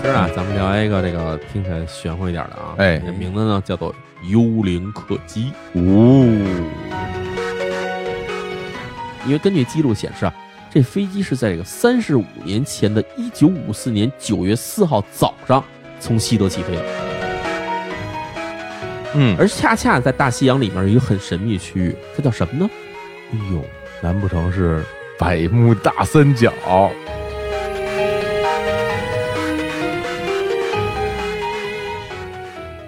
今儿啊，咱们聊一个这个听起来玄乎一点的啊，哎这名字呢叫做《幽灵客机》。哦，因为根据记录显示啊，这飞机是在这个三十五年前的一九五四年九月四号早上从西德起飞的，嗯，而恰恰在大西洋里面有一个很神秘的区域，它叫什么呢？哎呦，难不成是百慕大三角？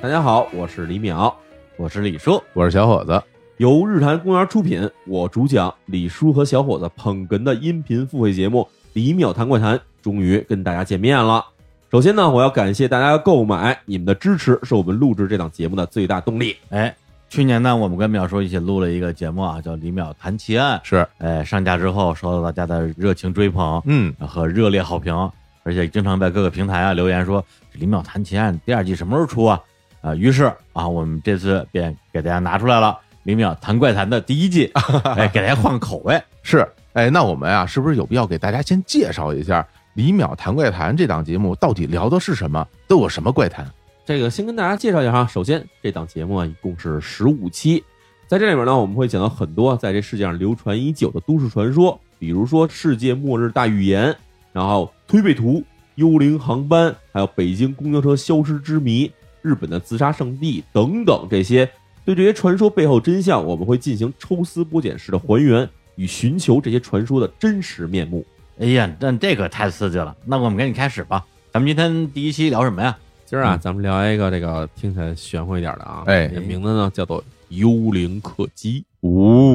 大家好，我是李淼，我是李叔，我是小伙子，由日坛公园出品，我主讲李叔和小伙子捧哏的音频付费节目《李淼谈怪谈》，终于跟大家见面了。首先呢，我要感谢大家的购买，你们的支持是我们录制这档节目的最大动力。哎，去年呢，我们跟淼叔一起录了一个节目啊，叫《李淼谈奇案》。是，哎，上架之后受到大家的热情追捧嗯，和热烈好评，而且经常在各个平台啊留言说《李淼谈奇案》第二季什么时候出啊？啊、于是啊，我们这次便给大家拿出来了《李淼谈怪谈》的第一季，哎，给大家换个口味。是，哎，那我们啊，是不是有必要给大家先介绍一下《李淼谈怪谈》这档节目到底聊的是什么，都有什么怪谈？这个先跟大家介绍一下哈。首先，这档节目啊，一共是十五期，在这里面呢，我们会讲到很多在这世界上流传已久的都市传说，比如说世界末日大预言，然后推背图、幽灵航班，还有北京公交车消失之谜、日本的自杀圣地等等这些。对这些传说背后真相，我们会进行抽丝剥茧式的还原，以寻求这些传说的真实面目。哎呀，但这个太刺激了。那我们赶紧开始吧。咱们今天第一期聊什么呀？今儿啊，嗯咱们聊一个这个听起来玄乎一点的啊，哎这名字呢叫做《幽灵客机》。哦，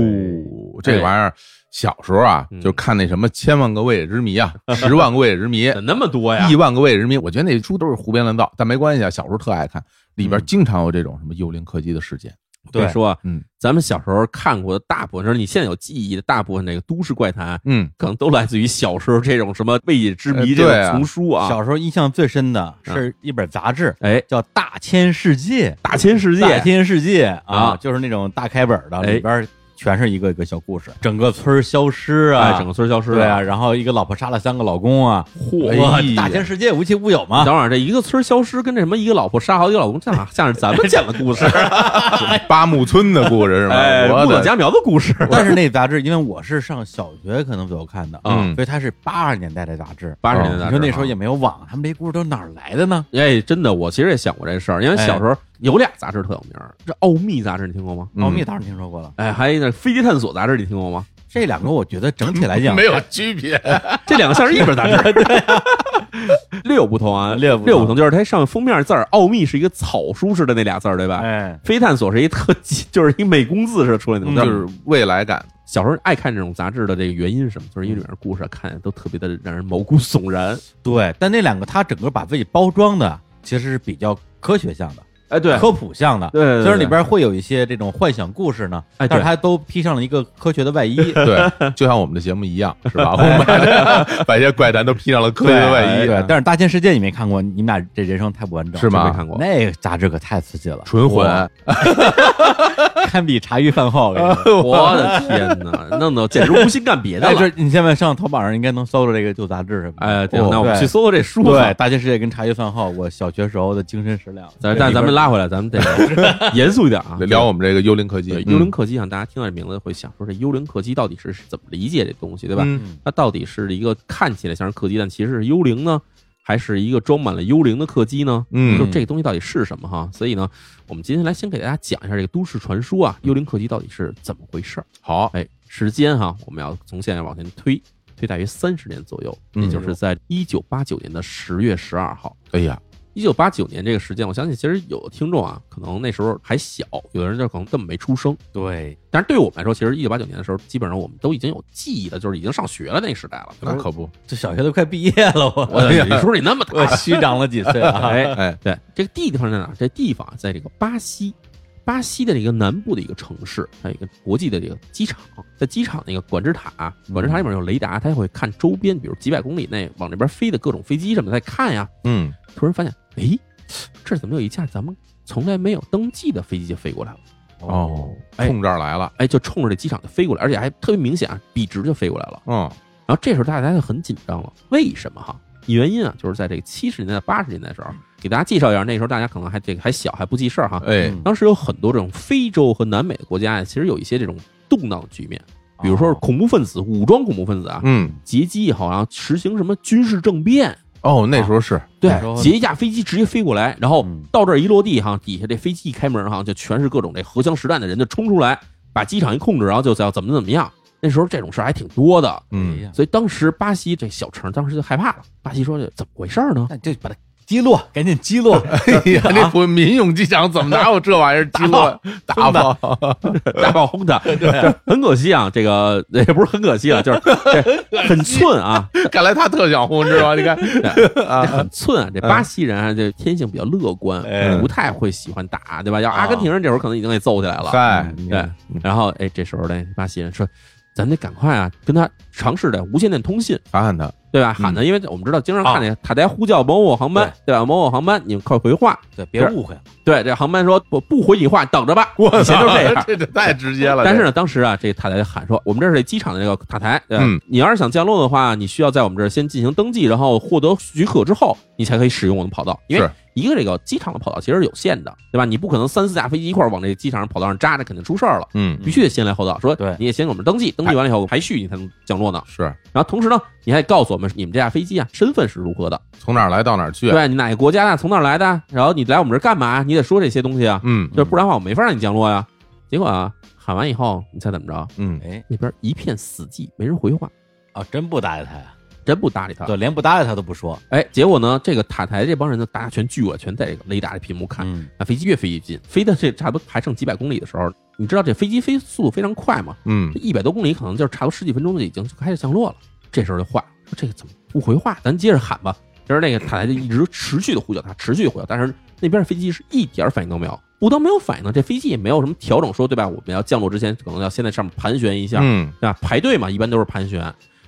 这玩意儿小时候啊嗯，就看那什么《千万个未解之谜》啊，《十万个未解之 谜》怎么那么多呀？亿万个未解之谜，我觉得那书都是胡编乱造，但没关系啊，小时候特爱看，里边经常有这种什么幽灵客机的事件。别说啊，嗯咱们小时候看过的大部分，就是你现在有记忆的大部分这个都市怪谈，嗯，可能都来自于小时候这种什么未解之谜呃这对种啊丛书啊。小时候印象最深的嗯是一本杂志，哎，叫《大千世界》。大千世大界，千世界啊啊，就是那种大开本的，哎里边全是一个一个小故事，整个村儿消失哎，啊，整个村消失对啊，了。然后一个老婆杀了三个老公啊，嗯哎哇呀，大千世界无奇不有等嘛，会儿这一个村消失，跟这什么一个老婆杀好几个老公，这哪像是咱们讲的故 事？嗯八木村的故事是吗？哎，我木的等家苗的故事。 但是那杂志，因为我是上小学可能左右看的，嗯所以它是八二年代的杂志。嗯八十哦年代的你说事儿那时候啊也没有网，他们这些故事都哪儿来的呢？哎，真的，我其实也想过这事儿，因为小时候有俩杂志特有名儿，这《奥秘》杂志你听过吗？嗯奥秘当然听说过了，哎，还有那《飞机探索》杂志你听过 吗？这两个我觉得整体来 讲没有区 别。这两个像是一 本杂志，略有不同啊，略有不同略有不同，就是它上面封面字儿“奥秘”是一个草书似的那俩字儿，对吧？哎，飞探索是一特技， 就是一美工字似的出来那种字儿。就是未来感，嗯小时候爱看这种杂志的这个原因是什么？就是因为里面故事啊看着都特别的让人毛骨悚然。对，但那两个它整个把自己包装的其实是比较科学向的。哎，对，科普向的，对对对虽然里边会有一些这种幻想故事呢，哎对但是它都披上了一个科学的外 衣。对，就像我们的节目一样，是吧？我们把把一些怪谈都披上了科学的外衣，对，哎但是《大千世界》你没看过，你们俩这人生太不完整，是吗没看过。那个杂志可太刺激了，纯混。哇堪比茶余饭 后。我跟哎你说我的天哪，弄得简直无心干别的 哎，了这。你现在上淘宝上应该能搜着这个旧杂志什么的。哎，对，哦那我们对去搜搜这书对，吧《。大千世界》跟《茶余饭后》，我小学时候的精神食粮。咱但咱们拉回来，咱 们得严肃一点啊，聊我们这个幽灵科技对，嗯幽灵客机，想大家听到这名字会想说，这幽灵客机到底是怎么理解这东西，对吧？嗯它到底是一个看起来像是客机，但其实是幽灵呢，还是一个装满了幽灵的客机呢？嗯就这个东西到底是什么哈？所以呢，我们今天来先给大家讲一下这个都市传说啊，幽灵客机到底是怎么回事儿。好，哎，时间哈，我们要从现在往前推，推大约三十年左右，嗯也就是在一九八九年的十月十二号。哎呀，一九八九年这个时间，我相信其实有的听众啊，可能那时候还小，有的人就可能根本没出生。对，但是对于我们来说，其实一九八九年的时候，基本上我们都已经有记忆了，就是已经上学了那个时代了。那可不，这小学都快毕业了， 我我的你说你那么大， 我虚长了几岁啊？ 哎，哎，对，这个地方在哪？这地方啊在这个巴西，巴西的这个南部的一个城市，还有一个国际的这个机场，在机场那个管制塔、啊管制塔里面有雷达，它会看周边，比如几百公里内往这边飞的各种飞机什么的，在看呀。嗯，突然发现，哎，这儿怎么有一架咱们从来没有登记的飞机就飞过来了？哦，哎冲这儿来了，哎，就冲着这机场就飞过来，而且还特别明显啊，笔直就飞过来了。嗯然后这时候大家就很紧张了，为什么哈？原因啊，就是在这个七十年代、八十年代的时候，给大家介绍一下，那时候大家可能还这个还小，还不记事儿哈。哎，嗯当时有很多这种非洲和南美的国家呀，其实有一些这种动荡局面，哦比如说是恐怖分子、武装恐怖分子啊，嗯，劫机以后，然后实行什么军事政变，哦，那时候是，对那时候，劫一架飞机直接飞过来，然后嗯到这儿一落地哈，底下这飞机一开门哈，就全是各种这荷枪实弹的人就冲出来，把机场一控制，然后就要怎么怎么样。那时候这种事儿还挺多的，哎嗯，呀，所以当时巴西这小城当时就害怕了。巴西说这怎么回事儿 呢？那就把它击落，赶紧击 落，哎呀，那不民用机枪怎么哪有这玩意儿？击落打炮，大炮轰他，很可惜啊，这个也不是很可惜啊，就是这很寸啊， 看来他特想轰，知道吗？你看，这很寸啊。这巴西人啊，这天性比较乐观哎，不太会喜欢打，对吧？要阿根廷人这会儿可能已经给揍起来了，嗨，对，然后哎，这时候呢，巴西人说，咱得赶快啊，跟他尝试的无线电通信，喊喊他，对吧？喊他，因为我们知道经常看见塔台呼叫某某航班，对吧？某某航班，你们快回话。 对，别是误会了，对，这航班说不不回你话，等着吧。以前都是这样 。这这太直接了。但是呢，当时啊，这塔台喊说，我们这是机场的这个塔台，对吧嗯你要是想降落的话，你需要在我们这儿先进行登记，然后获得许可之后，你才可以使用我们跑道，因为是。一个这个机场的跑道其实是有限的，对吧？你不可能三四架飞机一块儿往这机场上跑道上扎，这肯定出事儿了。这，嗯，必须得先来后到，说对你也先给我们登记，登记完了以后排序你才能降落呢。是然后同时呢，你还得告诉我们你们这架飞机啊身份是如何的，从哪儿来到哪儿去，对你哪个国家的，从哪儿来的，然后你来我们这儿干嘛？你得说这些东西啊，嗯就不然的话我没法让你降落呀。结果啊，喊完以后，你猜怎么着？嗯，哎，那边一片死寂，没人回话，啊，真不搭理他呀，真不搭理他。对，连不搭理他都不说，哎，结果呢，这个塔台这帮人呢，大家全聚过，全在这个雷达的屏幕看，嗯，啊，飞机越飞越近，飞到这差不多还剩几百公里的时候，你知道这飞机飞速度非常快吗？嗯这一百多公里，可能就是差不多十几分钟就已经就开始降落了。这时候就坏了，说这个怎么不回话？咱接着喊吧。就是那个塔台就一直持续的呼叫他，持续地呼叫，但是那边的飞机是一点反应都没有。不但没有反应呢，这飞机也没有什么调整，说对吧？我们要降落之前，可能要先在上面盘旋一下，嗯，对吧？排队嘛，一般都是盘旋，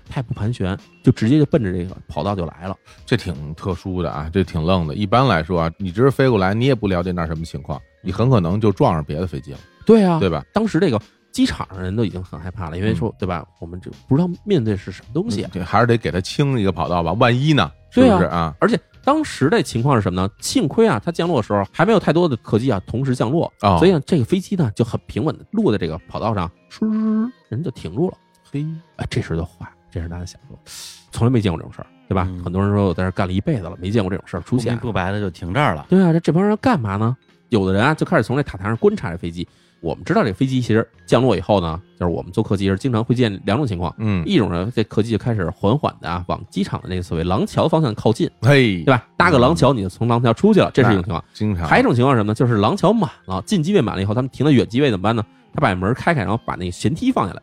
他也不盘旋，就直接就奔着这个跑道就来了。这挺特殊的啊，这挺愣的。一般来说啊，你直接飞过来，你也不了解那儿什么情况，你很可能就撞上别的飞机了，对啊，对吧？当时这个机场上人都已经很害怕了，因为说对吧，我们这不知道面对是什么东西啊。嗯这还是得给他清一个跑道吧，万一呢？是不是啊？而且当时的情况是什么呢？幸亏啊，它降落的时候还没有太多的客机啊同时降落，哦所以呢，这个飞机呢就很平稳的落在这个跑道上，哧，人就停住了。嘿，哎，这时候就坏了，这时候大家想说，从来没见过这种事儿，对吧？嗯很多人说我在这儿干了一辈子了，没见过这种事儿出不现明啊。不白的就停这儿了，对啊，这这帮人干嘛呢？有的人啊就开始从这塔台上观察这飞机。我们知道这飞机其实降落以后呢，就是我们坐客机时经常会见两种情况，嗯，一种呢这客机就开始缓缓的啊往机场的那个所谓廊桥方向靠近。嘿，对吧？搭个廊桥，你就从廊桥出去了，这是一种情况。经常还有一种情况是什么呢？就是廊桥满了，近机位满了以后，他们停到远机位怎么办呢？他把门开开，然后把那个舷梯放下来，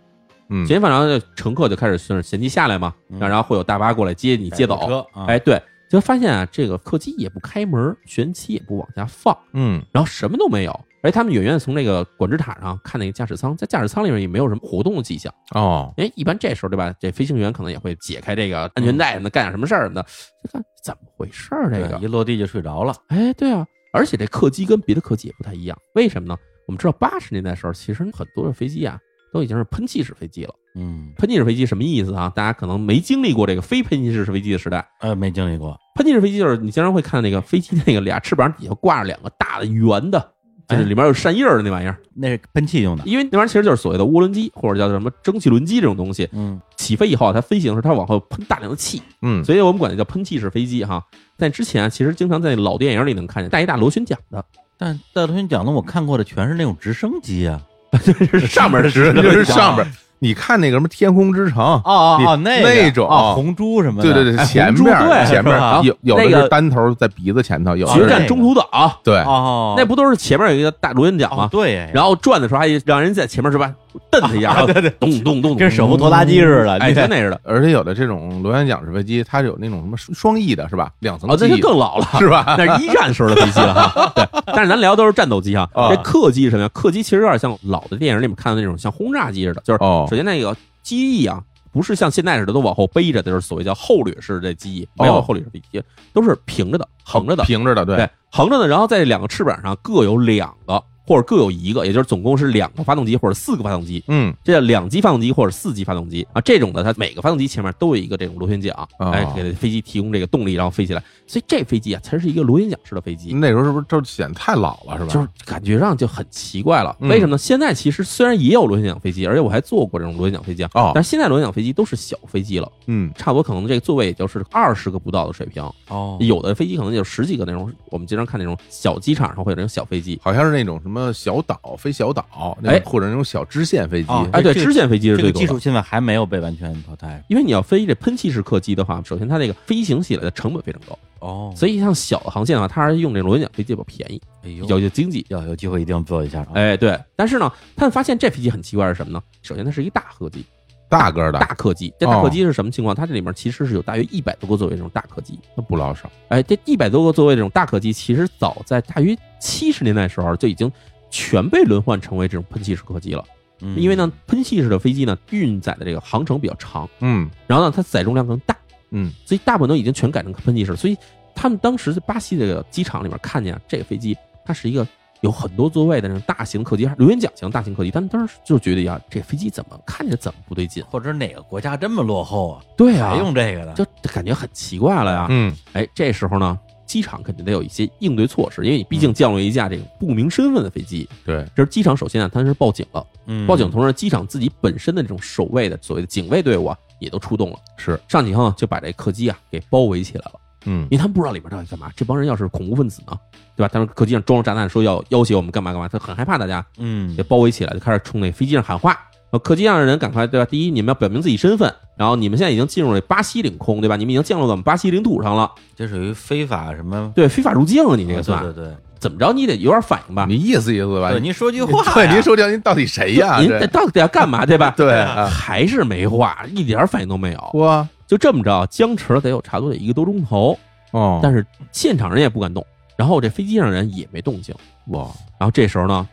嗯舷梯放下来，然后乘客就开始顺着舷梯下来嘛，嗯然后会有大巴过来接你接改走。路车，啊哎，，对，就发现啊，这个客机也不开门，舷梯也不往下放，嗯然后什么都没有。而且他们远远地从那个管制塔上看那个驾驶舱，在驾驶舱里面也没有什么活动的迹象。哦，哎，一般这时候对吧？这飞行员可能也会解开这个安全带什么的，干点什么事儿什么的。这看怎么回事儿？这对个啊一落地就睡着了，哎，对啊，而且这客机跟别的客机也不太一样，为什么呢？我们知道八十年代的时候，其实很多的飞机啊都已经是喷气式飞机了。嗯，喷气式飞机什么意思啊？大家可能没经历过这个非喷气式飞机的时代。呃，没经历过，喷气式飞机就是你经常会看那个飞机那个俩翅膀底下挂着两个大的圆的，就是里面有扇叶儿的那玩意儿，那是喷气用的，因为那玩意儿其实就是所谓的涡轮机或者叫什么蒸汽轮机这种东西。嗯，起飞以后啊，它飞行的时候它往后喷大量的气，嗯，所以我们管它叫喷气式飞机哈。但之前啊，其实经常在老电影里能看见带一大螺旋桨的， 但戴同学讲的我看过的全是那种直升机啊，就是啊上面的直 就是上边，你看那个什么《天空之城》啊哦你哦，那个那种啊，红猪什么的，对对对，哎前红猪面对前是吧面有有的那是个单头在鼻子前头，有决的战是中途岛、对，哦，那不都是前面有一个大螺旋桨吗哦？对，然然后转的时候还让人在前面是吧，蹬他一下，然后对对，咚咚咚，跟手扶拖拉机似的哎，你跟看那似的。而且有的这种螺旋桨式飞机，它是有那种什么双双翼的，是吧？两层哦，这机就更老 了，是吧？那是一战时候的飞机了哈。对，但是咱聊的都是战斗机哈。啊这客机是什么呀？客机其实有点像老的电影里面看的那种像轰炸机似的，就是哦首先那个机翼啊，不是像现在似的都往后背着的，就是所谓叫后掠式的机翼，没有哦后掠式飞机，都是平着的、横着的。平着的，对，对，横着的，然后在这两个翅膀上各有两个，或者各有一个，也就是总共是两个发动机或者四个发动机，嗯，这叫两级发动机或者四级发动机啊。这种的，它每个发动机前面都有一个这种螺旋桨，哦哎，给飞机提供这个动力，然后飞起来。所以这飞机啊，才是一个螺旋桨式的飞机。那时候是不是就显得太老了是吧？就是感觉上就很奇怪了，嗯为什么呢？现在其实虽然也有螺旋桨飞机，而且我还坐过这种螺旋桨飞机啊，哦但是现在螺旋桨飞机都是小飞机了，嗯差不多可能这个座位也就是二十个不到的水平，哦有的飞机可能有十几个那种，我们经常看那种小机场上会有那种小飞机，好像是那种什么小岛飞小岛，那哎种或者那种小支线飞机，哦哎，对，这个支线飞机是这最个多技的。术现在还没有被完全淘汰因为你要飞这喷气式客机的话，首先它那个飞行起来的成本非常高，哦所以像小的航线的话，它还是用这螺旋桨飞机比较便宜，以比有较就经济。要有机会一定做一下啊。哎，对，但是呢，他们发现这飞机很奇怪是什么呢？首先它是一个大客机，大个儿的大客机，这大客机是什么情况？它这里面其实是有大约一百多个座位这种大客机。那不老少，哎，这一百多个座位这种大客机，其实早在大约七十年代的时候就已经全被轮换成为这种喷气式客机了。嗯因为呢，喷气式的飞机呢，运载的这个航程比较长，嗯然后呢，它载重量更大，嗯，所以大部分都已经全改成喷气式。所以他们当时在巴西这个机场里面看见啊这个飞机，它是一个有很多座位的那种大型客机，螺旋桨型大型客机，但当时就觉得呀，这飞机怎么看着怎么不对劲？哎或者哪个国家这么落后啊，对还用这个呢？就感觉很奇怪了呀。嗯，哎，这时候呢，机场肯定得有一些应对措施，因为你毕竟降落一架这个不明身份的飞机。对，这时候机场首先啊，它是报警了，嗯报警，同时机场自己本身的这种守卫的所谓的警卫队伍啊，也都出动了。是，上去以后呢就把这客机啊给包围起来了，嗯因为他们不知道里边到底干嘛。这帮人要是恐怖分子呢，对吧？他们客机上装了炸弹，说要要挟我们干嘛干嘛，他很害怕大家，嗯也，包围起来，就开始冲那飞机上喊话。呃客机上的人赶快，对吧？第一，你们要表明自己身份，然后你们现在已经进入了巴西领空，对吧？你们已经降落到我们巴西领土上了，这属于非法什么？对，非法入境啊，你这个算、对对对怎么着，你得有点反应吧？你意思意思吧对，，您说句话呀，对，您说这您到底谁呀？您这到底要干嘛，对吧？对啊还是没话，一点反应都没有。哇就这么着，僵持了得有差不多得一个多钟头，哦，但是现场人也不敢动，然后这飞机上人也没动静。哇，然后这时候呢，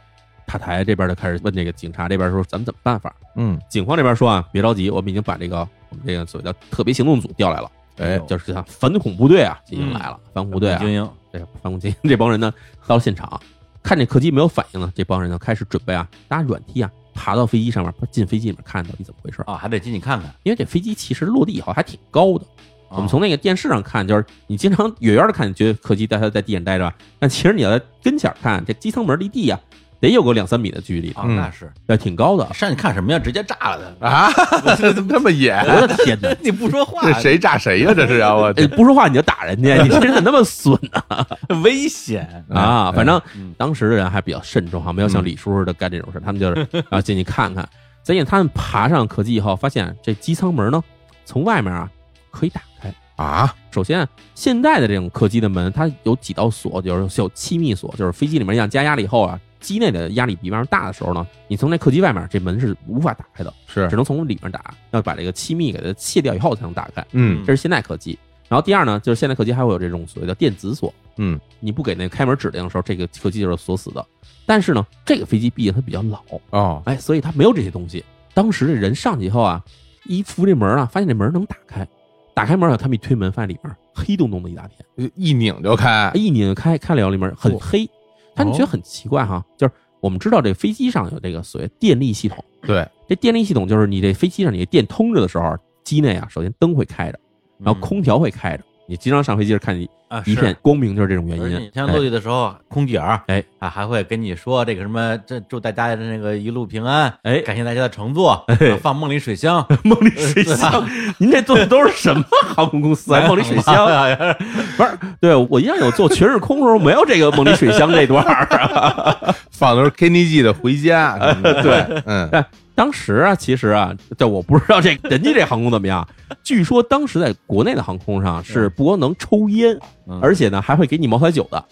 塔台这边就开始问这个警察这边说：“咱们怎么办法嗯，？”警方这边说：“啊，别着急，我们已经把这个我们这个所谓的特别行动组调来了，哎呦，就是像反恐部队啊已经来了，反恐部队啊，精英，这个反恐精英这帮人呢，到了现场，看这客机没有反应呢，这帮人呢开始准备啊，搭软梯啊，爬到飞机上面，进飞机里面看到底怎么回事儿。啊，还得进去看看。因为这飞机其实落地以后还挺高的，哦我们从那个电视上看，就是你经常远远的看，你觉得客机在它在地上待着吧，但其实你要在跟前儿看，这机舱门离地啊，得有个两三米的距离，啊，嗯那是啊那挺高的。上去看什么呀？直接炸了他！啊，这 怎么这么野？啊我的天哪！ 你不说 话这，谁炸谁呀？这是啊，我哎，不说话你就打人家，你这人怎么那么损危险 啊？反正嗯当时的人还比较慎重哈，没有像嗯李叔似的干这种事，他们就是啊进去看看。再见，他们爬上客机以后，发现这机舱门呢，从外面啊可以打开。啊，首先，现在的这种客机的门，它有几道锁，就是有气密锁，就是飞机里面一样加压力以后啊，机内的压力比外面大的时候呢，你从那客机外面这门是无法打开的，是只能从里面打，要把这个气密给它卸掉以后才能打开。嗯这是现代客机。然后第二呢，就是现代客机还会有这种所谓的电子锁，嗯，你不给那个开门指令的时候，这个客机就是锁死的。但是呢，这个飞机毕竟它比较老，哦，哎，所以它没有这些东西。当时这人上去以后啊，一扶这门啊，发现这门能打开，打开门啊，他们一推门，发现里面黑洞洞的一大片，一拧就开哎，一拧开开了以后里面很哦黑，他们觉得很奇怪哈，就是我们知道这飞机上有这个所谓电力系统，对，这电力系统就是你这飞机上你的电通着的时候，机内啊首先灯会开着，然后空调会开着。你经常上飞机时看见啊一片。哎光明，就是这种原而且你因。像落地的时候，空姐儿哎啊还会跟你说这个什么，这祝大家的那个一路平安，哎感谢大家的乘坐，啊放梦里水 乡， 梦里水乡，您这做的都是什么航空公哎司啊？梦里水乡 不是？对我印象有做全日空的时候没有这个梦里水乡这段儿啊。放的是 Kenny G 的《回家》什么的，对，嗯但当时啊，其实啊，这我不知道这人家这航空怎么样。 据说当时在国内的航空上是不光能抽烟，嗯而且呢还会给你茅台酒的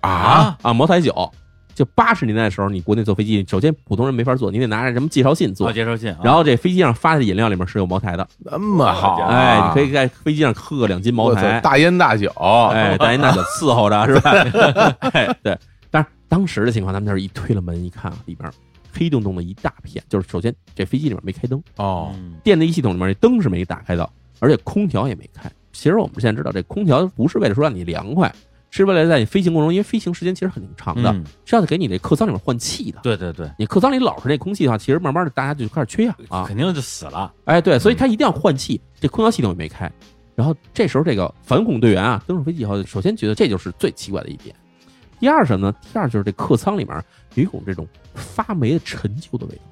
啊，啊，茅台酒。就八十年代的时候，你国内坐飞机，首先普通人没法坐，你得拿着什么介绍信坐 做。接收信啊，然后这飞机上发的饮料里面是有茅台的，那么好啊，哎，你可以在飞机上喝个两斤茅我台操，，大烟大酒， 哎，大爷大姐伺候着是吧？ 哎，对。但是当时的情况，他们就是一推了门一看，啊，里边黑洞洞的一大片，就是首先这飞机里面没开灯，哦，嗯电力系统里面这灯是没打开的，而且空调也没开。其实我们现在知道，这空调不是为了说让你凉快，是为了在你飞行过程中，因为飞行时间其实很长的，嗯是要给你那客舱里面换气的。对对对，你客舱里老是那空气的话，其实慢慢的大家就开始缺氧啊。肯定就死了。哎，对，嗯所以他一定要换气，这空调系统也没开。然后这时候这个反恐队员啊，登上飞机以后，首先觉得这就是最奇怪的一点。第二什么呢？第二就是这客舱里面有一股这种发霉的陈旧的味道。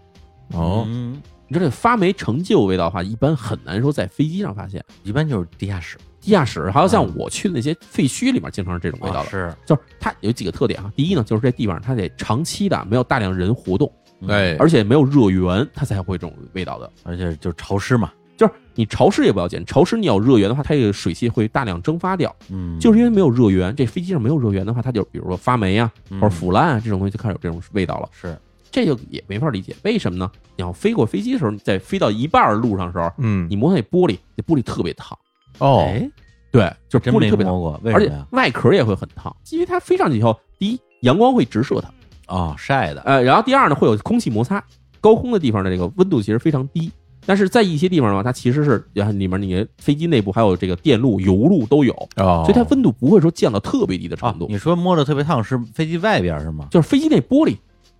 哦，嗯，你知道这发霉陈旧的味道的话，一般很难说在飞机上发现。一般就是地下室地下室，还有像我去的那些废墟里面，经常是这种味道嗯啊的。是，就是它有几个特点啊，第一呢，就是这地方它得长期的没有大量人活动，嗯哎，而且没有热源，它才会有这种味道的。而且就是潮湿嘛，就是你潮湿也不要紧，潮湿你有热源的话，它这个水汽会大量蒸发掉。嗯，就是因为没有热源，这飞机上没有热源的话，它就比如说发霉啊，嗯或者腐烂啊，这种东西就开始有这种味道了。是，这就也没法理解，为什么呢？你要飞过飞机的时候，你在飞到一半儿路上的时候，嗯，你摸那玻璃，那玻璃特别烫。哦，哎，对，就是真玻没啊璃特别烫，摸过，为而什且么呀？外壳也会很烫，因为它飞上去以后，第一阳光会直射它。哦，晒的，呃，然后第二呢，会有空气摩擦，高空的地方的这个温度其实非常低，但是在一些地方的话，它其实是然后里面你的飞机内部还有这个电路、油路都有，哦，所以它温度不会说降到特别低的啊程，度，你说摸着特别烫是飞机外边是吗？就是飞机那玻璃。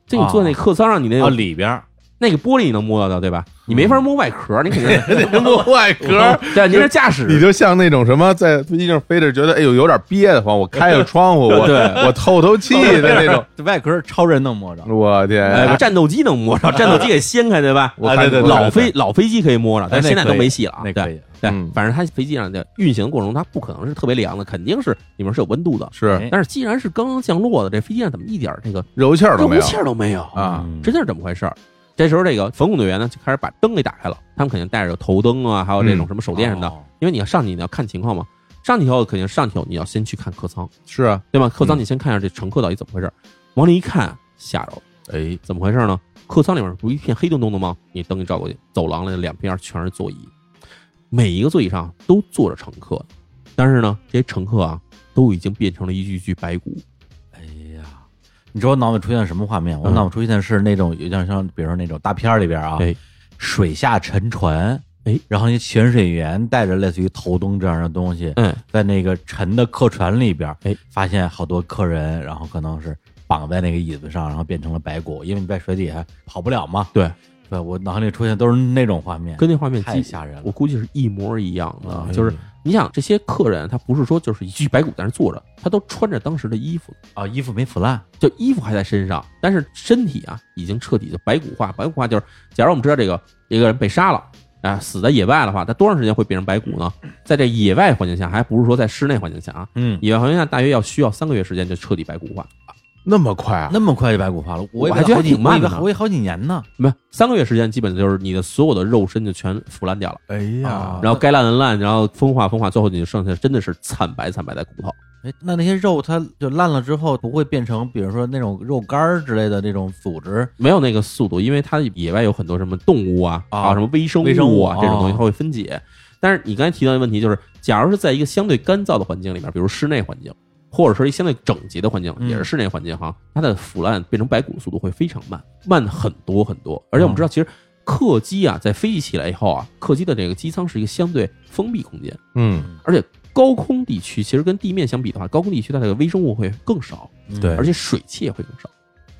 这你坐那客舱上，你那个、哦，里嗯边儿那个玻璃你能摸到的，对吧？你没法摸外壳，你肯 定是摸外壳， 对，您是驾驶，你就像那种什么在飞机上飞着，觉得哎呦有点憋得慌，我开个窗户，我对我透透气的那 种。 外壳超人能摸着，我哎天，战斗机能摸着，战斗机给掀开，对吧？我哎看对对哎我看老飞老飞机可以摸着，但是现在都没戏了啊。那可对以，对嗯，反正它飞机上的运行过程中，它不可能是特别凉的，肯定是里面是有温度的。是哎但是既然是刚刚降落的，这飞机上怎么一点儿这个柔气儿都没热有气儿都没有？啊，嗯真的是这么回事儿。这时候，这个反恐队员呢就开始把灯给打开了。他们肯定带着头灯啊，还有这种什么手电什么的，哦因为你要上去，你要看情况嘛。上去以后，肯定上去以后你要先去看客舱，是啊，对吧？客舱嗯你先看一下这乘客到底怎么回事儿。往里一看，吓着了，哎，怎么回事儿呢？客舱里面不是一片黑洞洞的吗？你灯一照过去，走廊里的两边全是座椅，每一个座椅上都坐着乘客，但是呢，这些乘客啊都已经变成了一具具白骨。哎呀，你知道我脑子出现什么画面？我嗯脑子出现是那种有点像，比如说那种大片儿里边啊，哎水下沉船，哎，然后那潜水员带着类似于头灯这样的东西，嗯，在那个沉的客船里边，哎，发现好多客人，然后可能是绑在那个椅子上，然后变成了白骨，因为你在水底下跑不了嘛。对，对我脑海里出现都是那种画面，跟那画面太几吓人了我估计是一模一样的哎。就是你想，这些客人他不是说就是一具白骨在那坐着，他都穿着当时的衣服，啊，衣服没腐烂，就衣服还在身上，但是身体啊已经彻底就白骨化。白骨化就是，假如我们知道这个一个人被杀了。啊，死在野外的话，他多长时间会变成白骨呢？在这野外环境下，还不是说在室内环境下啊，嗯，野外环境下大约要需要三个月时间就彻底白骨化，那么快啊？那么快就白骨化了，我以为我还觉得好几挺慢的我以为我以为好几年呢。没有三个月时间，基本就是你的所有的肉身就全腐烂掉了，哎啊呀，然后该烂的烂，然后风化风化，最后你就剩下真的是惨白惨白的骨头。哎，那那些肉它就烂了之后，不会变成比如说那种肉干儿之类的那种组织没有那个速度，因为它野外有很多什么动物啊，啊还有什么微生微生物啊这种东西，啊它会分解。但是你刚才提到的问题就是，假如是在一个相对干燥的环境里面，比如室内环境，或者说一相对整洁的环境，嗯也是室内环境哈，它的腐烂变成白骨速度会非常慢，慢很多很多。而且我们知道，其实客机啊，在飞机起来以后啊，客机的这个机舱是一个相对封闭空间，嗯，而且高空地区其实跟地面相比的话，高空地区它的微生物会更少。嗯对而且水汽也会更少，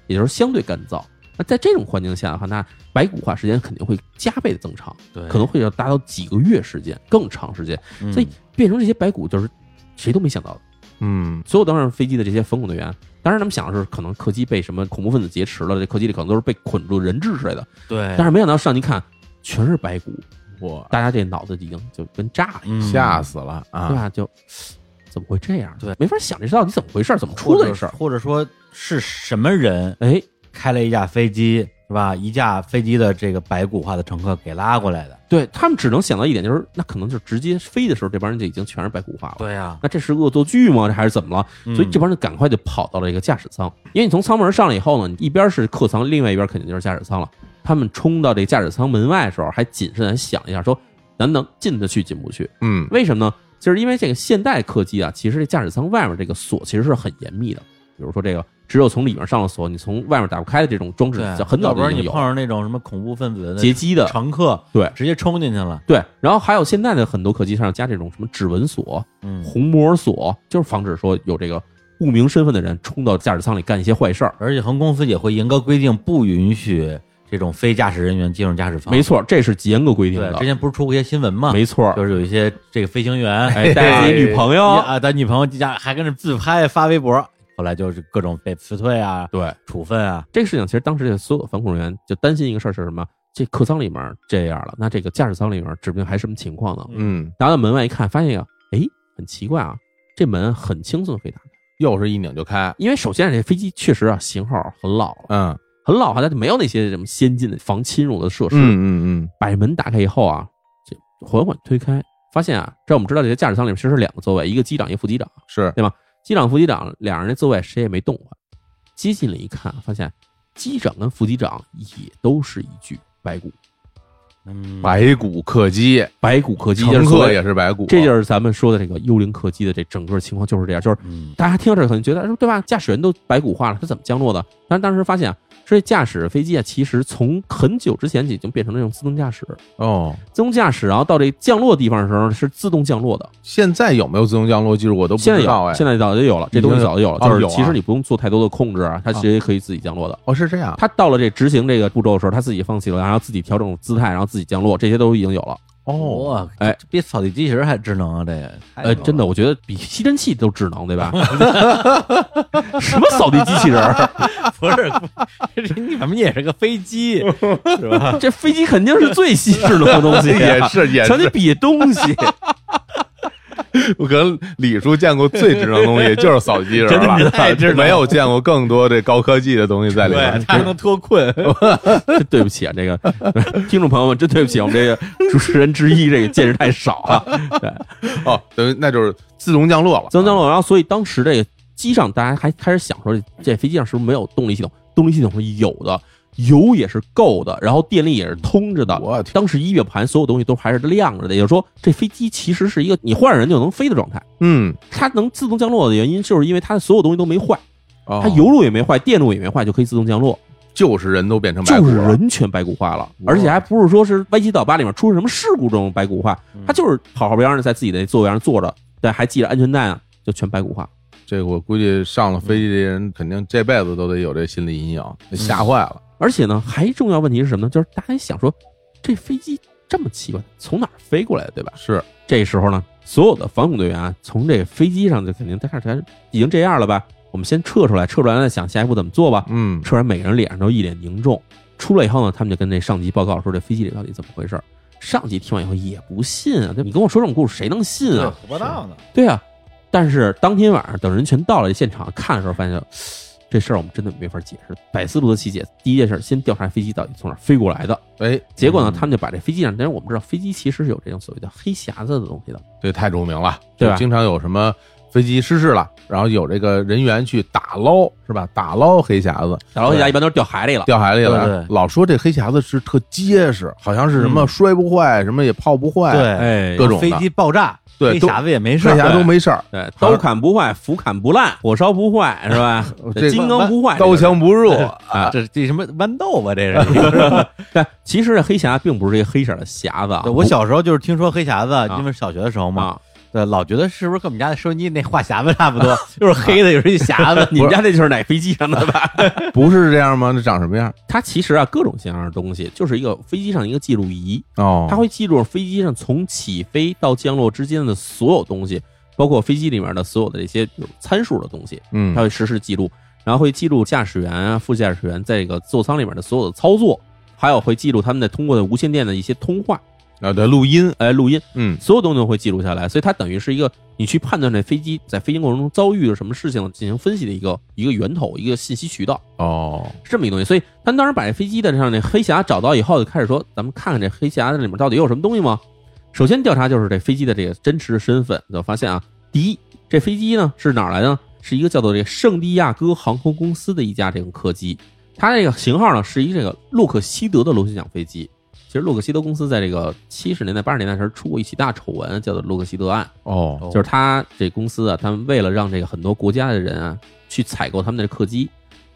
也就是相对干燥。那在这种环境下的话，那白骨化时间肯定会加倍的增长，对可能会要达到几个月时间，更长时间。嗯所以变成这些白骨，就是谁都没想到的。嗯，所有登上飞机的这些反恐队员，当然他们想的是，可能客机被什么恐怖分子劫持了，这客机里可能都是被捆住人质之类的。对但是没想到上去看，全是白骨，我大家这脑子已经就跟炸了一样，嗯吓死了对啊！吧？就怎么会这样？对没法想这到底怎么回事，怎么出的这事儿？或者说是什么人哎，开了一架飞机，是吧？一架飞机的这个白骨化的乘客给拉过来的。对他们只能想到一点，就是那可能就直接飞的时候，这帮人就已经全是白骨化了。对啊呀、那这是恶作剧吗？这还是怎么了？嗯所以这帮人赶快就跑到了一个驾驶舱，因为你从舱门上来以后呢，你一边是客舱，另外一边肯定就是驾驶舱了。他们冲到这个驾驶舱门外的时候，还谨慎地想一下，说咱能进得去进不去？嗯，为什么呢？就是因为这个现代客机啊，其实这驾驶舱外面这个锁其实是很严密的，比如说这个只有从里面上了锁，你从外面打不开的这种装置，对，啊就很早要不就然已你经有碰了上那种什么恐怖分子的劫机的。乘客，对直接冲进去了。对，然后还有现在的很多客机上加这种什么指纹锁、嗯，虹膜锁，就是防止说有这个不明身份的人冲到驾驶舱里干一些坏事儿。而且航空公司也会严格规定，不允许这种非驾驶人员进入驾驶舱。没错，这是严格规定啊对，之的。前不是出过一些新闻吗？没错，就是有一些这个飞行员哎，带自己女朋友，啊，他女朋友家还跟着自拍发微博，后来就是各种被辞退啊、对，处分啊，这个事情其实当时这所有的防控人员就担心一个事儿是什么？这客舱里面这样了，那这个驾驶舱里面指不定还什么情况呢？嗯，拿到门外一看，发现呀，哎，很奇怪啊，这门很轻松可以打开，又是一拧就开，因为首先这飞机确实啊型号很老了，嗯很老啊，它就没有那些什么先进的防侵入的设施。嗯嗯把门打开以后啊，这缓缓推开，发现啊，这我们知道这个驾驶舱里面其实是两个座位，一个机长，一个副机长。嗯，是，机长、副机长两人的座位谁也没动换。接近了一看，发现机长跟副机长也都是一具白骨，嗯，哎白骨客机，白骨客机，乘就是所客谓也是白骨，啊这就是咱们说的这个幽灵客机的这整个情况就是这样，就是嗯，大家听到这儿可能觉得说哎对吧，驾驶员都白骨化了，他怎么降落的？但是当时发现啊，这驾驶飞机啊，其实从很久之前就已经变成了这种自动驾驶，哦。自动驾驶，然后到这降落地方的时候是自动降落的。现在有没有自动降落技术我都不现在知道哎有，。现在早就有了，这东西早就有了，已经有就是哦有啊其实你不用做太多的控制啊，它直接可以自己降落的。哦，是这 样，他到了这执行这个步骤的时候，他自己放弃了，然后自己调整姿态，然后自己降落，这些都已经有了。哦，哇，哎，比草地机器人还智能啊，这个，哎呃，真的，，我觉得比吸尘器都智能，对吧？ 什么扫地机器人儿？不是，你怎么也是 个飞机，是吧？这飞机肯定是最吸智能的东西， 也是也啊瞧你是，比东西， 我跟李叔见过最智能的 东西就是扫地机器人真的了，太智能了没有见过更多这高科技的东西在里面。它还能脱困，真对不起啊，这个 听众朋友们，真对不起，我们这个主持人之一，这个见识太少啊。 哦，等于那就是自动降落了，啊增降落，然后所以当时这个机上大家还开始想说，这飞机上是不是没有动力系统？动力系统是有的，油也是够的，然后电力也是通着的。我天，当时仪表盘所有东西都还是亮着的，也就是说，这飞机其实是一个你换人就能飞的状态。嗯，它能自动降落的原因，就是因为它的所有东西都没坏，哦它油路也没坏，电路也没坏，就可以自动降落，就是人都变成白就骨是了，人全白骨化了，哇而且还不是说是歪七倒八里面出什么事故这种白骨化，嗯它就是好好边上在自己的座位上坐着，但还系着安全带啊，就全白骨化。这个我估计上了飞机的人肯定这辈子都得有这心理阴影，吓坏了。而且呢，还重要问题是什么呢？就是大家想说，这飞机这么奇怪，从哪儿飞过来的，对吧？是，这时候呢，所有的防空队员啊，从这个飞机上就肯定，大家看已经这样了吧？我们先撤出来，撤出来再想下一步怎么做吧。嗯，撤完，每个人脸上都一脸凝重。出来以后呢，他们就跟这上级报告说，这飞机里到底怎么回事儿？上级听完以后也不信啊，对吧你跟我说这种故事，谁能信啊？胡闹呢，对啊，但是当天晚上等人全到了现场看的时候，发现这事儿我们真的没法解释，百思不得其解。第一件事，先调查飞机到底从哪儿飞过来的。哎，结果呢，嗯他们就把这飞机上，但是我们知道飞机其实是有这种所谓的黑匣子的东西的，这太著名了，对吧就经常有什么飞机失事了，然后有这个人员去打捞，是吧？打捞黑匣子，然后人家一般都是掉海里了。掉海里了。对对老说这黑匣子是特结实，好像是什么嗯摔不坏，什么也泡不坏，对，哎各种的飞机爆炸，对黑都匣子也没事黑儿，匣都没事儿，对，刀砍不坏，斧砍不烂，火烧不坏，是吧？这金刚不 坏，刀枪不入啊，啊。这这什么豌豆吧，这是。 但其实这黑匣并不是一个黑色的匣子啊对，我小时候就是听说黑匣子，因为小学的时候不嘛，啊，对，老觉得是不是跟我们家的收音机那话匣子差不 多，就是黑的，有时候一匣 子。你们家那就是哪飞机上的吧？不是这样吗？那长什么样？ 它其实啊，各种各样的东西，就是一个飞机上一个记录仪，哦，它会记住飞机上从起飞到降落之间的所有东西，包括飞机里面的所有的这些有参数的东西，嗯它，会实时记录，然后会记录驾驶员啊、副驾驶员在这个座舱里面的所有的操作，还有会记录他们在通过的无线电的一些通话，啊，对，录音，呃，录音，嗯，所有东西都会记录下来，所以它等于是一个你去判断这飞机在飞行过程中遭遇了什么事情进行分析的一个一个源头、一个信息渠道。哦，是这么一个东西。所以他们当时把这飞机的上那黑匣找到以后，就开始说，咱们看看这黑匣子里面到底有什么东西吗？首先调查就是这飞机的这个真实的身份，就发现啊，第一，这飞机呢是哪儿来呢？是一个叫做这个圣地亚哥航空公司的一架这种客机，它这个型号呢是一这个洛克希德的螺旋桨飞机。其实洛克希德公司在这个七十年代、八十年代时候出过一起大丑闻，叫做洛克希德案。哦，就是他这公司啊，他们为了让这个很多国家的人啊去采购他们的客机，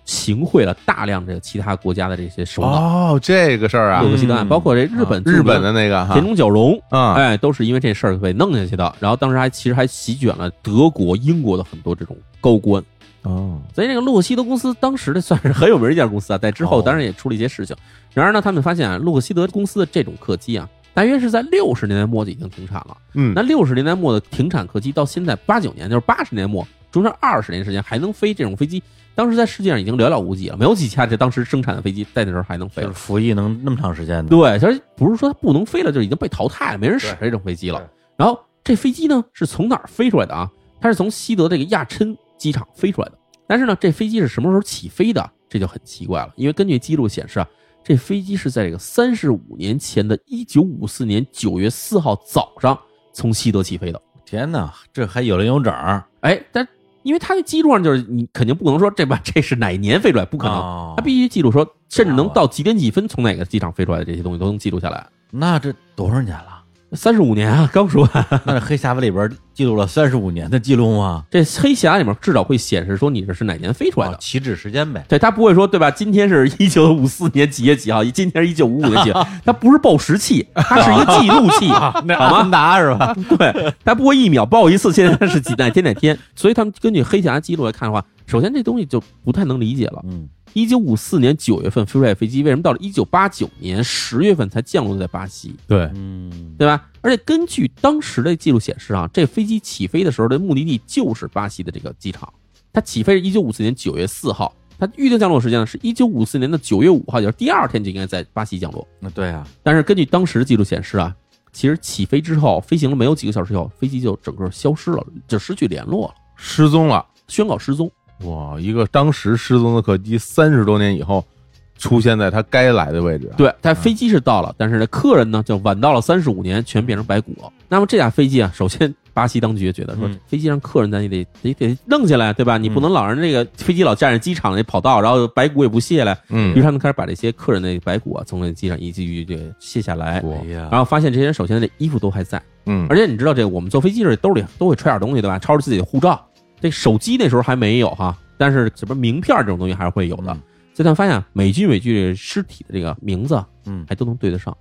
行贿了大量这个其他国家的这些首脑，哦，这个事儿啊啊六，个西单案，嗯包括这日本、日本的那个哈田，中角荣，啊，哎，都是因为这事儿被弄下去的。然后当时还其实还席卷了德国、英国的很多这种高官，哦，所以这个洛克希德公司当时的算是很有名的一家公司啊，在之后当然也出了一些事情。然而呢，他们发现啊，洛克希德公司的这种客机啊，大约是在六十年代末就已经停产了。嗯，那六十年代末的停产客机，到现在八九年，就是八十年代末，中间二十年时间还能飞这种飞机，当时在世界上已经寥寥无几了，没有几架这当时生产的飞机在那时候还能飞就了。是服役能那么长时间呢？对，其实不是说它不能飞了，就已经被淘汰了，没人使这种飞机了对。然后这飞机呢是从哪儿飞出来的啊？它是从西德这个亚琛机场飞出来的。但是呢，这飞机是什么时候起飞的？这就很奇怪了，因为根据记录显示啊，这飞机是在这个三十五年前的一九五四年九月四号早上从西德起飞的。天哪，这还有零有整儿，哎，但因为它的记录上就是你肯定不能说这把这是哪年飞出来，不不可能，能它必须记录说，甚至能到几点几分从哪个机场飞出来的这些东西都能记录下来。那这多少年了？三十五年啊，刚说完。 那这黑匣子里边记录了三十五年的记录吗？这黑匣里面至少会显示说你这是哪年飞出来哦的，。起止时间呗。对，它不会说对吧？今天是一九五四年几月几号，今天是一九五五年几 月，它不是报时器，它是一个记录器，那好吗阿凡达是吧？ 对，它不会一秒报一次，现在是几哪天哪天。所以他们根据黑匣记录来看的话，首先这东西就不太能理解了。嗯，一九五四年九月份飞出来的飞机，为什么到了一九八九年十月份才降落在巴西？对，嗯，对吧？而且根据当时的记录显示啊，这飞机起飞的时候的目的地就是巴西的这个机场。它起飞是一九五四年九月四号，它预定降落时间呢是一九五四年的九月五号，也就是第二天就应该在巴西降落。那对啊，但是根据当时的记录显示啊，其实起飞之后飞行了没有几个小时以后，飞机就整个消失了，就失去联络了，失踪了，宣告失踪。哇，一个当时失踪的客机，三十多年以后出现在他该来的位置啊，对，但飞机是到了，但是这客人呢就晚到了三十五年，全变成白骨了。那么这架飞机啊，首先巴西当局也觉得说嗯，飞机上客人咱也得得得弄下来，对吧？你不嗯能老让这个飞机老占着机场的跑道，然后白骨也不卸来。于是嗯，他们开始把这些客人的白骨啊，从这机上一具一具地卸下来。哇哎呀，然后发现这些人首先这衣服都还在，嗯，而且你知道这个我们坐飞机时候兜里都会揣点东西，对吧？抄着自己的护照，这手机那时候还没有哈，但是什么名片这种东西还是会有的嗯。所以他们发现啊每具每具尸体的这个名字啊嗯，还都能对得上。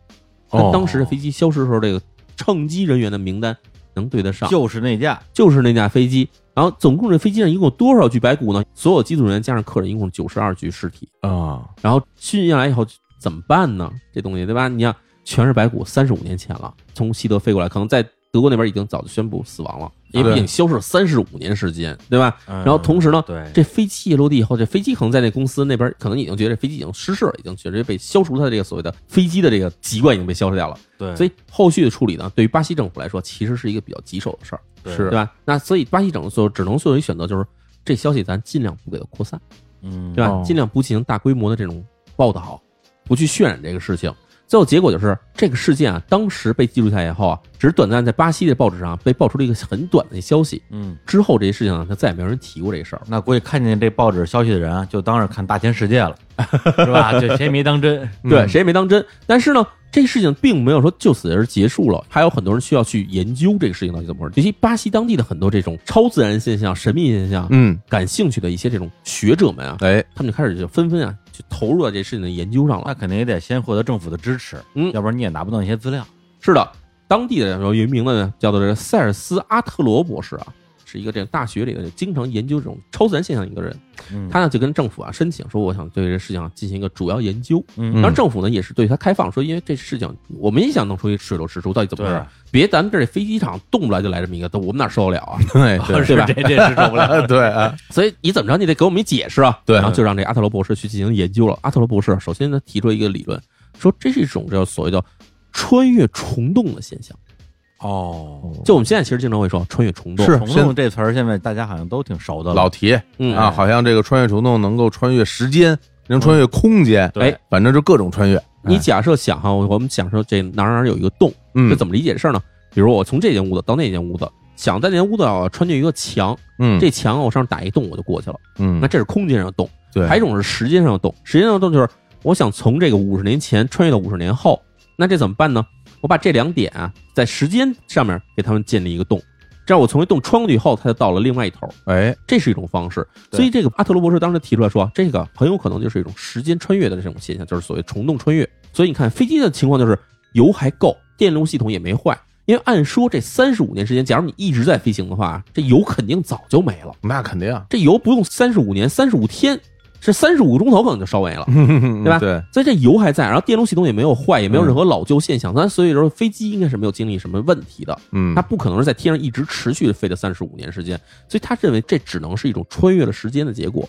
哦那当时的飞机消失的时候，这个乘机人员的名单能对得上，就是那架，就是那架飞机。然后总共这飞机上一共有多少具白骨呢？所有机组人员加上客人一共九十二具尸体。啊，然后运下来以后怎么办呢？这东西对吧？你看全是白骨，三十五年前了，从西德飞过来，可能在德国那边已经早就宣布死亡了，因为对嗯毕竟消失了三十五年时间，对吧？然然后同时呢嗯对，这飞机一落地以后，这飞机可能在那公司那边可能已经觉得这飞机已经失事了，已经觉得被消除它的这个所谓的飞机的这个籍贯已经被消失掉了。对，嗯所以后续的处理呢，对于巴西政府来说，其实是一个比较棘手的事儿，对是对吧？那所以巴西政府就只能做一选择，就是这消息咱尽量不给它扩散，嗯，对吧？哦尽量不进行大规模的这种报道，不去渲染这个事情。最后结果就是，这个事件啊，当时被记录下来以后啊，只是短暂在巴西的报纸上被爆出了一个很短的消息。嗯，之后这些事情呢，就再也没有人提过这事儿了。那估计看见这报纸消息的人啊，就当是看大千世界了，是吧？就谁也没当真，对，嗯谁也没当真。但是呢，这事情并没有说就此而结束了，还有很多人需要去研究这个事情到底怎么回事。尤其巴西当地的很多这种超自然现象、神秘现象，嗯，感兴趣的一些这种学者们啊，哎，他们就开始就纷纷啊，就投入到这事情的研究上那了。肯定也得先获得政府的支持，嗯要不然你也拿不到那些资料。是的，当地的有一名呢叫做这塞尔斯阿特罗博士啊，是一个这个大学里的经常研究这种超自然现象的一个人。嗯，他呢就跟政府啊申请说，我想对这事情啊进行一个主要研究。嗯当然，嗯政府呢也是对他开放，说因为这事情我们也想弄出一水落石出，到底怎么回对啊事？别咱们这飞机场动不来就来这么一个，都我们哪受得了啊？对，哎对，对吧这这是受不了。啊 对啊，所以你怎么着，你得给我们一解释啊。对然后就让这阿特罗博士去进行研究了。阿特罗博士首先呢提出一个理论，说这是一种叫所谓叫穿越虫洞的现象。哦，就我们现在其实经常会说穿越虫洞，是虫现洞这词儿现在大家好像都挺熟的了老提嗯啊，好像这个穿越虫洞能够穿越时间，能穿越空间，对哎，反正就各种穿越，你假设想哈，我们假设这哪儿哪儿有一个洞，嗯这怎么理解这事儿呢？比如我从这间屋子到那间屋子，想在那间屋子啊穿越一个墙，嗯，这墙啊我上面打一洞我就过去了，嗯那，这是空间上的洞。对，还有一种是时间上的洞，时间上的洞就是我想从这个五十年前穿越到五十年后，那这怎么办呢？我把这两点啊，在时间上面给他们建立一个洞，只要我从一栋窗户以后，它就到了另外一头，哎，这是一种方式。对所以这个阿特罗博士当时提出来说，这个很有可能就是一种时间穿越的这种现象，就是所谓虫洞穿越。所以你看飞机的情况就是油还够，电路系统也没坏。因为按说这三十五年时间，假如你一直在飞行的话，这油肯定早就没了。那肯定，啊 这油不用三十五年，三十五天，是三十五个钟头可能就烧没了。对吧对，所以这油还在，然后电路系统也没有坏，也没有嗯任何老旧现象。那所以说飞机应该是没有经历什么问题的，嗯它，不可能是在天上一直持续飞的三十五年时间。所以他认为这只能是一种穿越了时间的结果。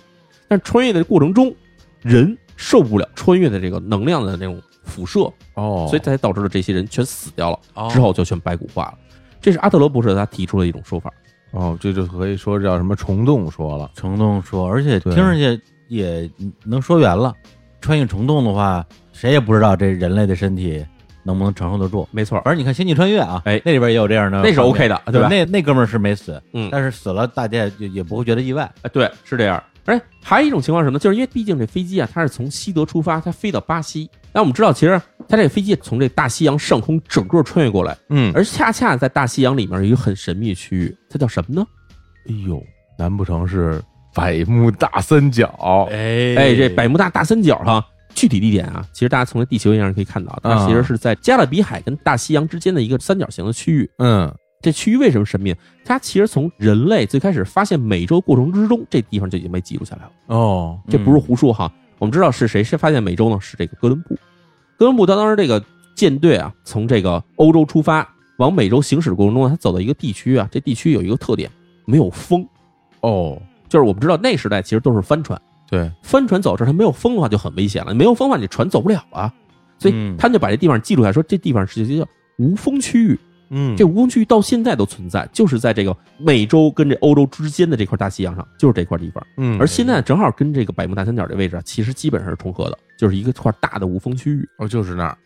但穿越的过程中，人受不了穿越的这个能量的那种辐射，哦，所以才导致了这些人全死掉了，哦之后就全白骨化了。这是阿特罗博士他提出的一种说法。哦，这就可以说叫什么虫洞说了，虫洞说，而且对听上去也能说圆了。穿越虫洞的话，谁也不知道这人类的身体能不能承受得住。没呃错，反正你看《星际穿越》啊，哎那里边也有这样的画那面，是 OK 的，对吧？那那哥们儿是没死，嗯但是死了大家也也不会觉得意外。哎，对，是这样。哎，还有一种情况是什么呢？就是因为毕竟这飞机啊，它是从西德出发，它飞到巴西。但我们知道，其实它这个飞机从这大西洋上空整个穿越过来，嗯，而恰恰在大西洋里面有一个很神秘的区域，它叫什么呢？哎呦，难不成是百慕大三角？哎哎，这百慕大大三角哈，具体地点啊，其实大家从这地球仪上可以看到，它其实是在加勒比海跟大西洋之间的一个三角形的区域。嗯，这区域为什么神秘？它其实从人类最开始发现美洲过程之中，这地方就已经被记录下来了。哦，这不是胡说哈。我们知道是谁是发现美洲呢？是这个哥伦布。哥伦布他当时这个舰队啊，从这个欧洲出发，往美洲行驶过程中，他走到一个地区啊，这地区有一个特点，没有风，哦，就是我们知道那时代其实都是帆船，对，帆船走这儿它没有风的话就很危险了，没有风的话你船走不了啊。所以嗯他们就把这地方记录下来，说这地方是一个无风区域。嗯这无风区域到现在都存在，就是在这个美洲跟这欧洲之间的这块大西洋上，就是这块地方。嗯，而现在正好跟这个百慕大三角这位置啊，其实基本上是重合的，就是一个块大的无风区域。哦就是那儿，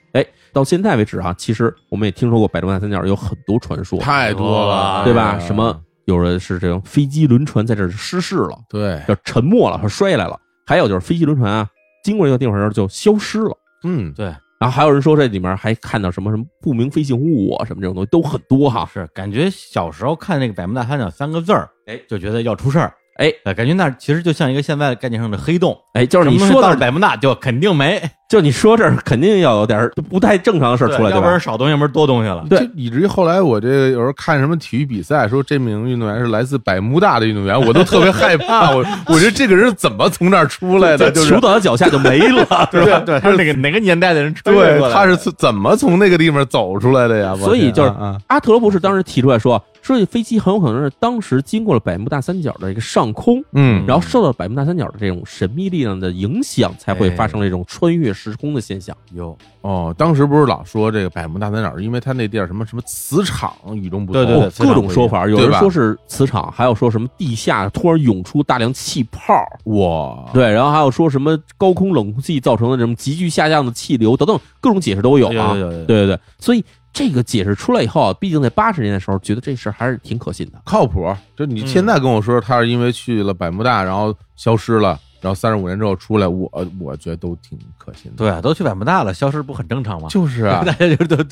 到现在为止啊，其实我们也听说过百慕大三角有很多传说，太多了，对吧？哎呀什么有人是这种飞机轮船在这儿失事了，对，要沉没了，摔下来了；还有就是飞机轮船啊，经过一个地方的时候就消失了。嗯，对，然后还有人说这里面还看到什么什么不明飞行物啊，什么这种东西都很多哈。是感觉小时候看那个百慕大三角三个字儿，哎，就觉得要出事儿，哎呃，感觉那其实就像一个现在概念上的黑洞。哎，就是你什么东西说到到了，百慕大就肯定没就你说这儿肯定要有点儿不太正常的事儿出来，要对不然吧？少东西，要不然多东西了。对这以至于后来我这个有时候看什么体育比赛，说这名运动员是来自百慕大的运动员，我都特别害 怕。我我觉得这个人是怎么从那儿出来的？就是球到他脚下就没了，对吧 对，他是哪个哪个年代的人穿越对，过来他是怎怎么从那个地方走出来的呀？所以就是我天啊阿特罗博士当时提出来说，说这飞机很有可能是当时经过了百慕大三角的一个上空，嗯然后受到百慕大三角的这种神秘力量的影响，才会发生这种穿越时空的现象。有哦，当时不是老说这个百慕大三角，因为他那地儿什么什么磁场与众不同，对对哦各种说法，有对人吧说是磁场，还有说什么地下突然涌出大量气泡，哇，对，然后还有说什么高空冷空气造成的什么急剧下降的气流等等，各种解释都有有啊。有有有对对对，所以这个解释出来以后啊，毕竟在八十年代的时候，觉得这事儿还是挺可信的。靠谱。就你现在跟我说他是因为去了百慕大，然后消失了，然后三十五年之后出来，我我觉得都挺可信的。，对啊，都去百慕大了，消失不很正常吗？就是啊 大，家就都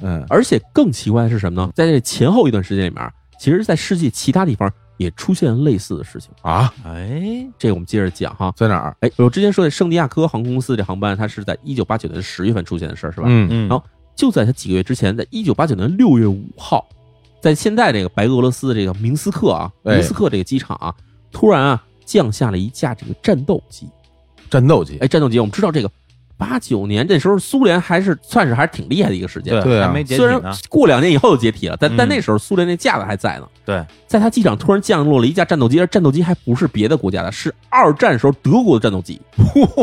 嗯，而且更奇怪的是什么呢？在这前后一段时间里面，其实，在世界其他地方也出现类似的事情。啊，哎，这个我们接着讲哈。在哪儿？哎，我之前说的圣地亚哥航空公司这航班，它是在一九八九年十月份出现的事儿，是吧？嗯嗯然后就在它几个月之前，在一九八九年六月五号，在现在这个白俄罗斯的这个明斯克啊，哎明斯克这个机场啊，突然啊降下了一架这个战斗机。战斗机，哎，战斗机，我们知道这个八九年这时候苏联还是算是还是挺厉害的一个时间，对啊还没解体虽然呢，过两年以后就解体了，但但嗯那时候苏联那架子还在呢。对，在他机场突然降落了一架战斗机，而战斗机还不是别的国家的，是二战时候德国的战斗机。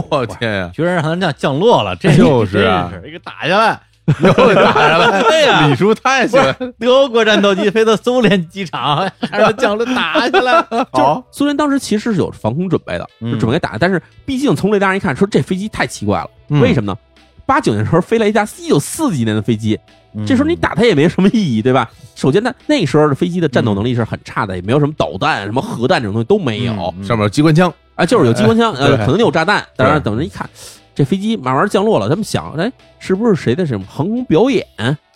我天呀，居然让他这样降落了，这就是啊真是一个打下来， 又打下 来，对呀李叔太喜欢，德国战斗机飞到苏联机场， 让他降落打下来，就是，苏联当时其实是有防空准备的，嗯是准备打，但是毕竟从雷达上一看，说这飞机太奇怪了，嗯为什么呢？八九年时候飞来一架一九四几年的飞机，嗯这时候你打它也没什么意义，对吧？首先呢，那时候的飞机的战嗯斗能力是很差的，也没有什么导弹、什么核弹这种东西都没有，嗯上面有机关枪，哎啊，就是有机关枪，呃，对可能有炸弹。当然，对等人一看，这飞机慢慢降落了，他们想，哎，是不是谁的什么航空表演，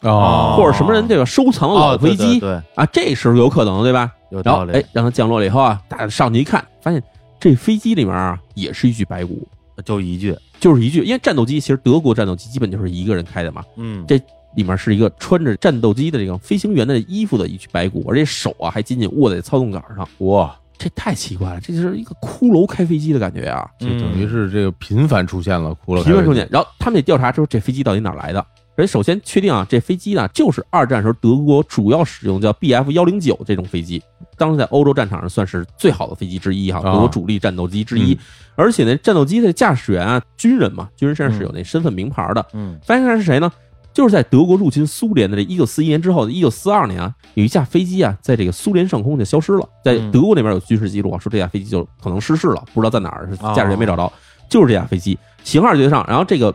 哦，或者什么人这个收藏老哦对飞机、对对啊？这是有可能的，对吧？有然道后理。哎，让它降落了以后啊，大家上去一看，发现这飞机里面啊也是一具白骨，就一句，就是一具，因为战斗机其实德国战斗机基本就是一个人开的嘛，嗯，这里面是一个穿着战斗机的这个飞行员的衣服的一具白骨，而且手啊还紧紧握在操纵杆上，哇，这太奇怪了，这就是一个骷髅开飞机的感觉啊！这等于嗯是这个频繁出现了骷髅，提问重点，然后他们也调查说这飞机到底哪儿来的。人首先确定啊，这飞机呢就是二战时候德国主要使用叫 Bf 幺零九这种飞机，当时在欧洲战场上算是最好的飞机之一哈，啊嗯德国主力战斗机之一。而且呢，战斗机的驾驶员啊，军人嘛，军人身上嗯是有那身份名牌的。嗯发现他是谁呢？就是在德国入侵苏联的这一九四一年之后，一九四二年啊，有一架飞机啊，在这个苏联上空就消失了，在嗯德国那边有军事记录啊，说这架飞机就可能失事了，不知道在哪儿，哦驾驶员没找着，就是这架飞机型号对得上，然后这个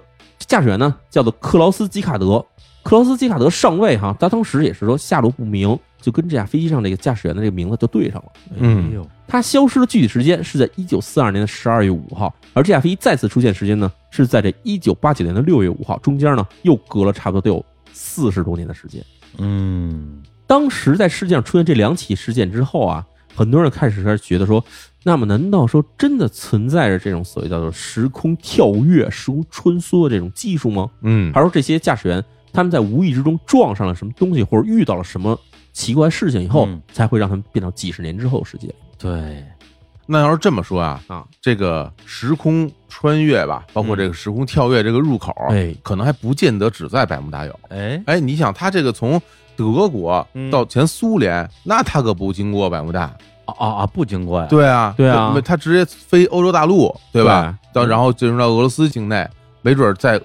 驾驶员呢叫做克劳斯基卡德，克劳斯基卡德上尉哈，他当时也是说下落不明，就跟这架飞机上这个驾驶员的这个名字就对上了。嗯哎呦它消失的具体时间是在一九四二年的十二月五号，而这架飞机再次出现时间呢是在这一九八九年的六月五号，中间呢又隔了差不多得有四十多年的时间。嗯，当时在世界上出现这两起事件之后啊，很多人开始开始觉得说，那么难道说真的存在着这种所谓叫做时空跳跃、时空穿梭的这种技术吗？嗯还是说这些驾驶员他们在无意之中撞上了什么东西，或者遇到了什么奇怪的事情以后，嗯才会让他们变到几十年之后的世界里对，那要是这么说啊，啊？这个时空穿越吧，包括这个时空跳跃这个入口，哎可能还不见得只在百慕大有。哎，哎，你想，他这个从德国嗯到前苏联，那他可不经过百慕大，啊啊啊，不经过呀，对啊，对啊他他直接飞欧洲大陆，对吧？对到然后进入到俄罗斯境内，没准在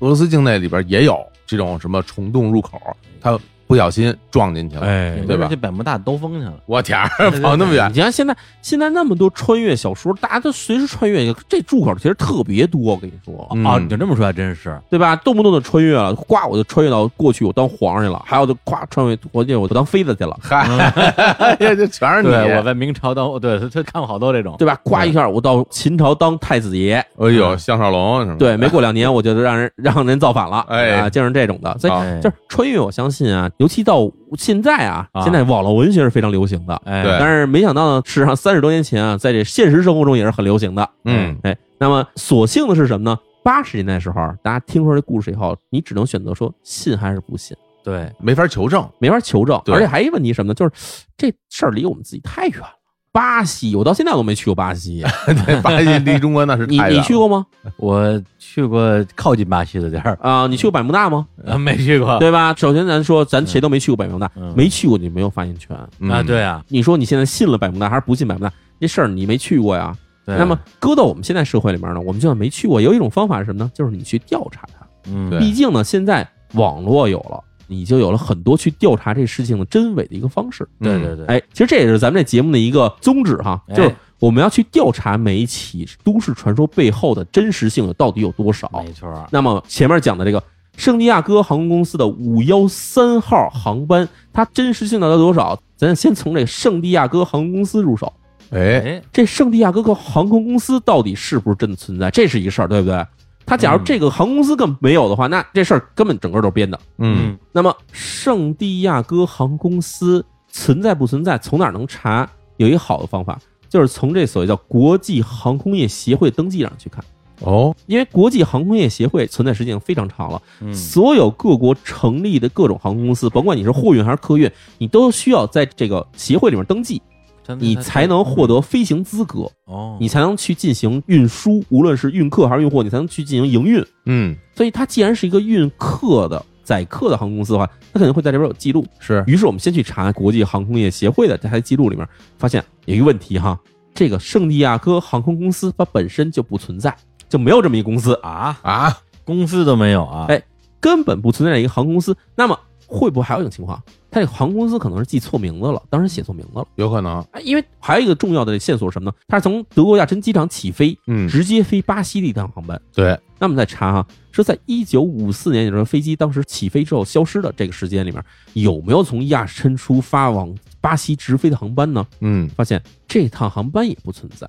俄罗斯境内里边也有这种什么虫洞入口，他不小心撞进去了。哎你对吧这百慕大兜风去了，我天儿对，对跑那么远你，像现在现在那么多穿越小说，大家都随时穿越，这入口其实特别多，我跟你说，嗯啊，你就这么说还真是，对吧？动不动就穿越了，呱我就穿越到过去，我当皇上去了，还有就咵穿越我去，我当妃子去了，嗨， 这这全是你。对，我在明朝当，对他他看过好多这种，对吧？呱一下我到秦朝当太子爷，哎呦，项少龙什么？对，没过两年我就让人让人造反了，嗯哎啊，就是这种的，所以。啊哎就是穿越，我相信啊，尤其到现在啊，啊现在网络文学是非常流行的，哎，对但是没想到呢，事实上三十多年前啊，在这现实生活中也是很流行的。嗯哎，那么所幸的是什么呢？八十年代的时候，啊大家听说这故事以后，你只能选择说信还是不信，对，没法求证。没法求证。对而且还有一问题什么呢？就是这事儿离我们自己太远了。巴西，我到现在都没去过巴 西，对，巴西离中国那是你太远你了去？过吗？我去过靠近巴西的地儿，啊、你去过百慕大吗？ 啊没去过，对吧？首先咱说，咱谁都没去过百慕大，嗯没去过你没有发言权。嗯啊，，对啊，你说你现在信了百慕大还是不信百慕大？这事儿你没去过呀。对那么搁到我们现在社会里面呢，我们就算没去过，有一种方法是什么呢？就是你去调查它。嗯，对毕竟呢，现在网络有了，你就有了很多去调查这事情的真伪的一个方式。嗯对对对，哎，其实这也是咱们这节目的一个宗旨哈，哎就是我们要去调查每一起都市传说背后的真实性到底有多少。没错儿，那么前面讲的这个圣地亚哥航空公司的五幺三号航班，它真实性到底有多少？咱先从这圣地亚哥航空公司入手。对，哎，哎，这圣地亚哥航空公司到底是不是真的存在，这是一个事儿，对不对？他假如嗯这个航空公司根本没有的话，那这事儿根本整个都是编的。嗯，那么圣地亚哥航空公司存在不存在，从哪儿能查？有一个好的方法，就是从这所谓叫国际航空业协会登记上去看，哦，因为国际航空业协会存在时间非常长了，嗯，所有各国成立的各种航空公司，甭管你是货运还是客运，你都需要在这个协会里面登记，真的你他才能获得飞行资格。哦，你才能去进行运输，无论是运客还是运货，你才能去进行营运。嗯，所以它既然是一个运客的载客的航空公司的话，它肯定会在这边有记录。是，于是我们先去查国际航空业协会的这台记录里面，发现有一个问题哈，这个圣地亚哥航空公司它本身就不存在，就没有这么一公司，啊，啊，公司都没有啊，哎根本不存在一个航空公司。那么会不会还有一种情况，它这个航空公司可能是记错名字了，当时写错名字了？有可能，哎，因为还有一个重要的线索是什么呢？它是从德国亚琛机场起飞，嗯，直接飞巴西的一趟航班。对，那么再查哈、说在一九五四年，也就是飞机当时起飞之后消失的这个时间里面，有没有从亚琛出发往巴西直飞的航班呢？嗯，发现这趟航班也不存在，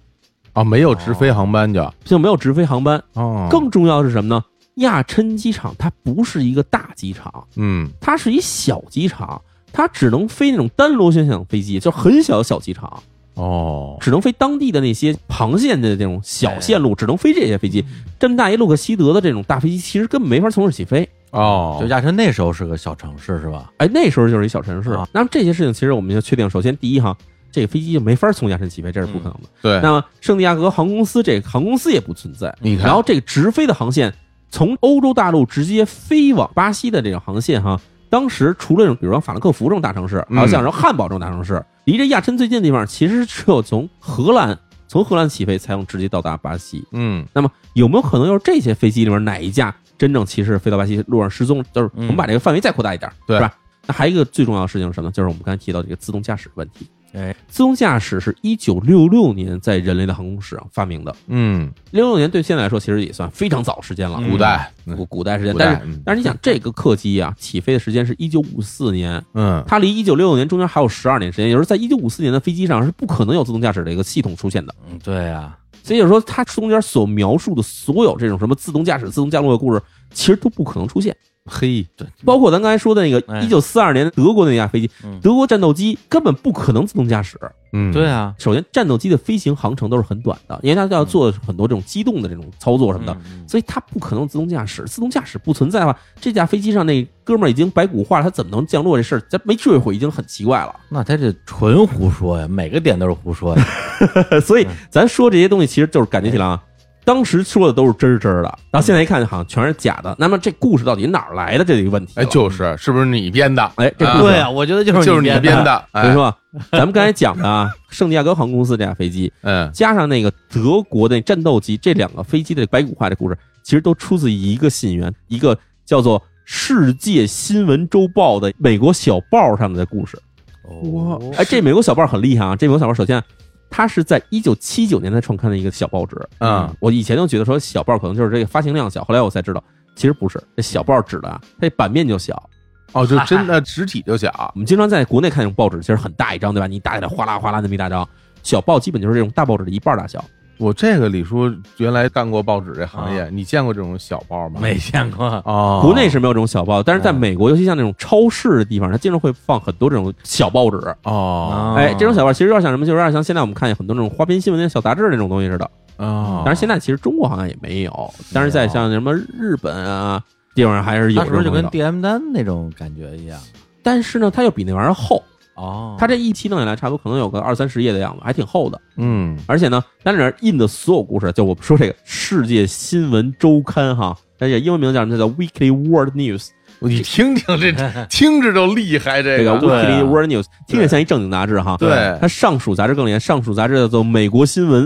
啊，没有直飞航班叫就没有直飞航班。哦，更重要的是什么呢？亚琛机场它不是一个大机场，嗯它是一小机场，它只能飞那种单螺旋桨飞机，就很小的小机场，哦，只能飞当地的那些航线的那种小线路，只能飞这些飞机。这么大一洛克希德的这种大飞机，其实根本没法从这儿起飞。哦就，亚琛那时候是个小城市是吧？哎，那时候就是一小城市啊。那么这些事情，其实我们就确定，首先第一哈，这个飞机就没法从亚琛起飞，这是不可能的。对，那么圣地亚哥航空公司这个航空公司也不存在。你看然后这个直飞的航线从欧洲大陆直接飞往巴西的这种航线哈，当时除了这种比如说法兰克福这种大城市，嗯还有像什么汉堡这种大城市，离这亚琛最近的地方，其实只有从荷兰从荷兰起飞才能直接到达巴西。嗯那么有没有可能就是这些飞机里面哪一架真正其实飞到巴西路上失踪？就是我们把这个范围再扩大一点，嗯对是吧？那还有一个最重要的事情是什么呢？就是我们刚才提到这个自动驾驶问题。哎，自动驾驶是一九六六年在人类的航空史上发明的。嗯，六六年对现在来说其实也算非常早时间了，嗯古代，古古代时间。古但代是嗯但是你想，这个客机啊起飞的时间是一九五四年，嗯它离一九六六年中间还有十二年时间，也就是在一九五四年的飞机上是不可能有自动驾驶的一个系统出现的。嗯，对呀，所以就是说，它中间所描述的所有这种什么自动驾驶、自动降落的故事，其实都不可能出现。嘿，嗯包括咱刚才说的那个哎一九四二年德国那架飞机嗯，德国战斗机根本不可能自动驾驶。嗯，对啊，首先，战斗机的飞行航程都是很短的，因为它要做很多这种机动的这种操作什么的，嗯所以它不可能自动驾驶。自动驾驶不存在的话，这架飞机上那哥们儿已经白骨化了，他怎么能降落这事儿？咱没坠毁已经很奇怪了。那他这纯胡说呀，每个点都是胡说 呀。 所以嗯咱说这些东西，其实就是感觉起来啊，哎当时说的都是真儿真儿的，然后嗯现在一看好像全是假的。那么这故事到底哪儿来的？这是一个问题了。哎，就是是不是你编的？哎这啊不对呀，我觉得就是就是你编编，的，所以哎，说啊，咱们刚才讲的啊， 圣地亚哥航空公司这架飞机，嗯，加上那个德国的战斗机，这两个飞机的白骨化的故事，其实都出自一个信源，一个叫做《世界新闻周报》的美国小报上的故事。哦哎，这美国小报很厉害啊！这美国小报首先啊，它是在一九七九年才创刊的一个小报纸。嗯，我以前就觉得说小报可能就是这个发行量小，后来我才知道，其实不是，这小报指的啊，它这版面就小。哦，就 真的实体就小，我们经常在国内看那种报纸，其实很大一张，对吧？你打起来哗啦哗啦那么一大张，小报基本就是这种大报纸的一半大小。我这个李叔原来干过报纸这行业，你见过这种小报吗？没见过，哦，嗯国内是没有这种小报，但是在哦美国，尤其像那种超市的地方，它经常会放很多这种小报纸。哦哦哎，这种小报其实有点像什么，就有点像现在我们看见很多那种花边新闻、那种小杂志那种东西似的。哦，啊但是现在其实中国好像也没有，但是在像什么日本啊地方上还是有他这是不是种就东西跟的。 DM 单那种感觉一样？但是呢，它又比那玩意儿厚，哦，它这一期弄下来差不多可能有个二三十页的样子，还挺厚的。嗯而且呢，它里面印的所有故事，就我们说这个《世界新闻周刊》哈，而且英文名叫什么？它叫 Weekly World News。你听听这， 听着就厉害，这这个个 Weekly 对啊 World News 听着像一正经杂志哈。对它上属杂志更厉害，上属杂志叫做《美国新闻》，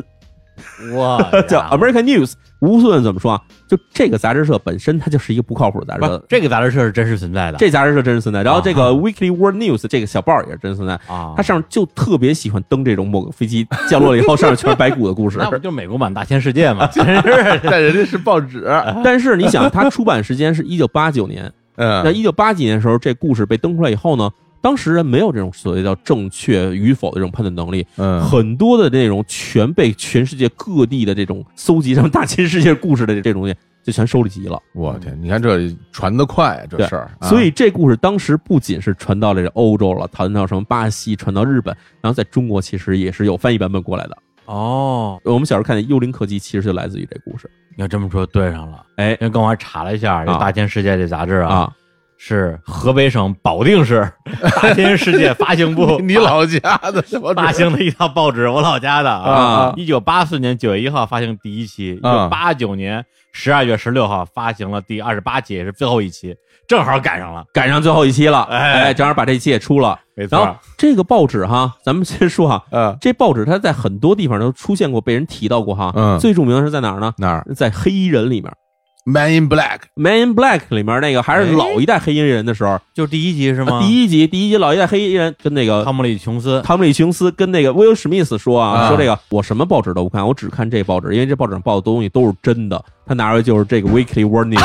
哇，叫啊 American News。无论怎么说啊，就这个杂志社本身它就是一 个不靠谱的杂志不社是。这个杂志社是真实存在的，这杂志社真实存在，然后这啊个 Weekly World News 这个小报也是真实存在，啊，它上面就特别喜欢登这种某个飞机降落了以后上面全是白骨的故事。 那不就是美国版大千世界吗？真是但人家是报 纸，嗯但是你想，它出版时间是一九八九年，那嗯，一九八几年的时候，这故事被登出来以后呢，当时人没有这种所谓叫正确与否的这种判断能力，嗯，很多的内容全被全世界各地的这种搜集什么大千世界故事的这种东西就全收集齐了。我天，你看这传得快，这事儿，啊嗯所以这故事当时不仅是传到了这欧洲了，传到什么巴西，传到日本，然后在中国其实也是有翻译版本过来的。 哦，我们小时候看见《幽灵客机》，其实就来自于这故事。你要这么说对上了，哎因为刚我还查了一下，这啊《大千世界》这杂志啊，啊，是河北省保定市大千世界发行部 你老家的 报发纸，行的一套报纸，我老家的啊一九八四年九月一号发行第一期，一啊九八九年十二月十六号发行了第二十八期，也是最后一期，正好赶上了，赶上最后一期了，哎哎，正好把这期也出了。没错然后儿。这个报纸哈，咱们先说哈，嗯，这报纸它在很多地方都出现过，被人提到过哈。嗯最著名的是在哪儿呢？哪儿在黑衣人里面， ？Man in Black， 《Man in Black》里面那个还是老一代黑衣人的时候，就是第一哎集是吗？啊第一集第一集老一代黑衣人跟那个汤姆里琼斯汤姆·里琼斯跟那个威尔·史密斯说啊，啊说这个我什么报纸都不看，我只看这报纸，因为这报纸上报的东西都是真的。他拿出来就是 这个 Weekly World News，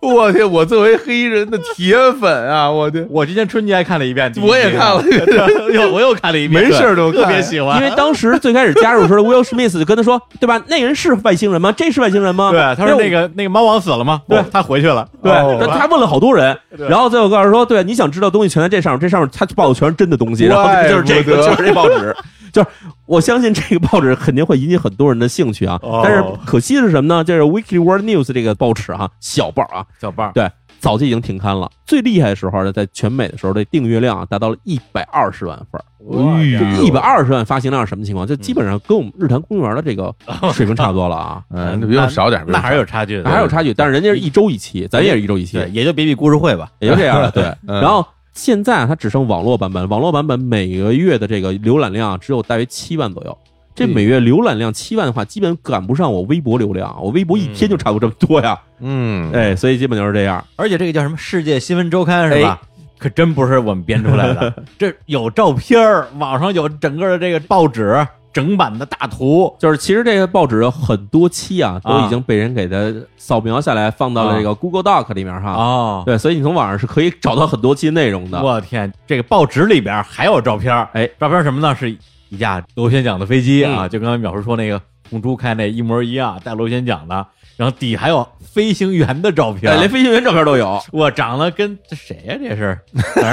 我天，我作为黑衣人的铁粉啊，我天，我之前春节还看了一遍，我也看了 又我又看了一遍，没事儿都特别看喜欢，因为当时最开始加入的时候，Will Smith 就跟他说，对吧？那人是外星人吗？这是外星人吗？对他哦因为说我那个那个猫王死了吗？对哦他回去了，对，哦但他问了好多人，对然后最后告诉说，对，你想知道东西全在这上面，这上面他报的全是真的东 西，然后怪就是这个，不得就是这报 纸，就是我相信这个报纸肯定会引起很多人的兴趣啊。哦但是可惜的是什么呢？这是 Weekly World News 这个报纸啊，小报啊，小棒对，早就已经停刊了。最厉害的时候呢，在全美的时候，这订阅量啊达到了一百二十万份儿。哎呦，一百二十万发行量是什么情况？就基本上跟我们日坛公园的这个水平差不多了啊嗯嗯，比我少点，那还是有差距的，还有差距，但是人家是一周一期，咱也是一周一期，对，也就比比故事会吧，也就这样了。对，嗯然后现在它只剩网络版本，网络版本每个月的这个浏览量啊只有大约七万左右。这每月浏览量七万的话，基本赶不上我微博流量，我微博一天就差不多这么多呀。嗯，哎，所以基本就是这样。而且这个叫什么《世界新闻周刊》是吧？可真不是我们编出来的，这有照片儿，网上有整个的这个报纸整版的大图，就是其实这个报纸很多期啊，都已经被人给它扫描下来，放到了这啊个 Google Doc 里面哈。哦，对，所以你从网上是可以找到很多期内容的。我天，这个报纸里边还有照片儿，哎嗯照片儿什么呢？是一架螺旋桨的飞机啊，就刚才淼叔说那个红猪开那一模一样，带螺旋桨的，然后底还有飞行员的照片对，，哎连飞行员照片都有。我长得跟这谁呀、这是，反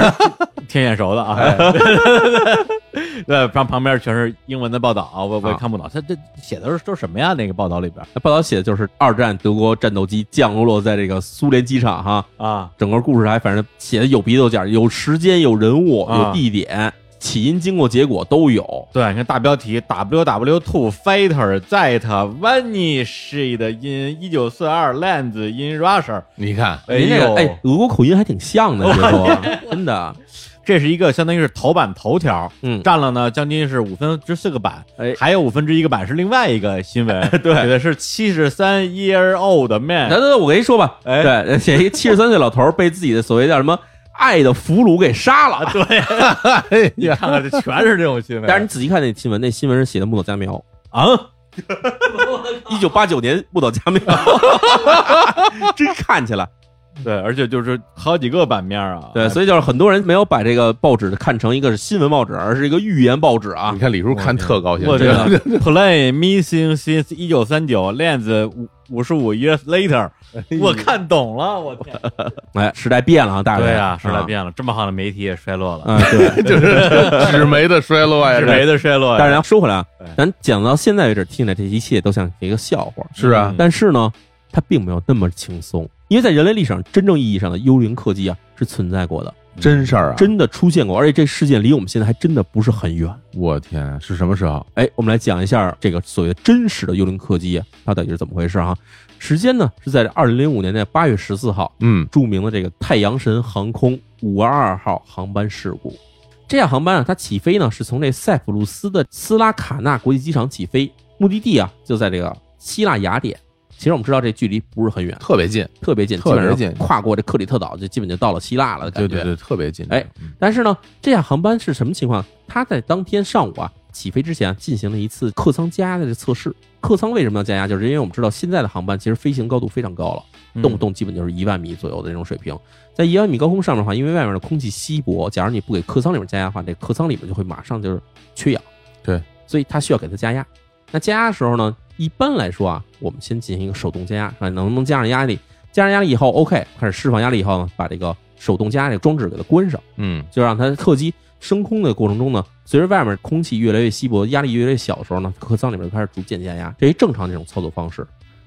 正挺眼熟的啊。哎 对，旁旁边全是英文的报道啊，我我也啊看不懂，他这写的是都什么呀？那个报道里边那报道写的就是二战德国战斗机降落在这个苏联机场哈，啊，整个故事还反正写的有鼻子有眼，有时间，有人物，啊有地点，起因、经过、结果都有。对，你看大标题 “WW Two Fighter That Vanished in 一九四二 Lands in Russia”。你看，哎您这呦，个哎，俄国口音还挺像的，别 说，真的，这是一个相当于是头版头条，嗯占了呢将近是五分之四个版，哎还有五分之一个版是另外一个新 闻，对写的是七十三 year old 来 man，来来，我跟你说吧，哎对， 写一个七十三岁老头儿被自己的所谓叫什么爱的俘虏给杀了，对，哎你呀，看看这全是这种新闻。但是你仔细看那新闻，那新闻是写的木岛佳苗，啊， 一九八九年木岛佳苗， 真看起来。对，而且就是好几个版面啊。对，以所以就是很多人没有把这个报纸看成一个是新闻报纸，而是一个寓言报纸啊你。看李叔看特高兴，我这天个 play missing since 一九三九 lands 五五十五 years later，我看懂了，我天，哎，时代变了啊，大家。对啊，时代啊。变了，这么好的媒体也衰落了，嗯， 对。就是纸媒的衰落呀，纸媒的衰落呀，但是咱说回来啊对，咱讲到现在为止，听起来这一切都像一个笑话，是啊但是呢，它并没有那么轻松，因为在人类历史上，真正意义上的幽灵客机啊是存在过的，嗯真事儿啊，真的出现过，而且这事件离我们现在还真的不是很远。我天，是什么时候？哎，我们来讲一下这个所谓的真实的幽灵客机，啊它到底是怎么回事啊？时间呢是在二零零五年的八月十四号，嗯，著名的这个太阳神航空五二二号航班事故。这架航班啊，它起飞呢是从这塞浦路斯的斯拉卡纳国际机场起飞，目的地啊就在这个希腊雅典。其实我们知道这距离不是很远，特别近，特别近，特基别本上近跨过这克里特岛就基本就到了希腊了，感觉。对对，特别近。哎，但是呢，这架航班是什么情况？它在当天上午啊起飞之前啊进行了一次客舱加压的这测试。客舱为什么要加压？就是因为我们知道现在的航班其实飞行高度非常高了。嗯动不动基本就是一万米左右的这种水平。在一万米高空上面的话，因为外面的空气稀薄，假如你不给客舱里面加压的话，这客舱里面就会马上就是缺氧。对，所以它需要给它加压。那加压的时候呢，一般来说啊，我们先进行一个手动加压，看能不能加上压力。加上压力以后，OK，开始释放压力以后呢，啊把这个手动加压这个装置给它关上，嗯，就让它客机升空的过程中呢，随着外面空气越来越稀薄，压力越来越小的时候呢，客舱里面就开始逐渐加压，这是正常这种操作方式。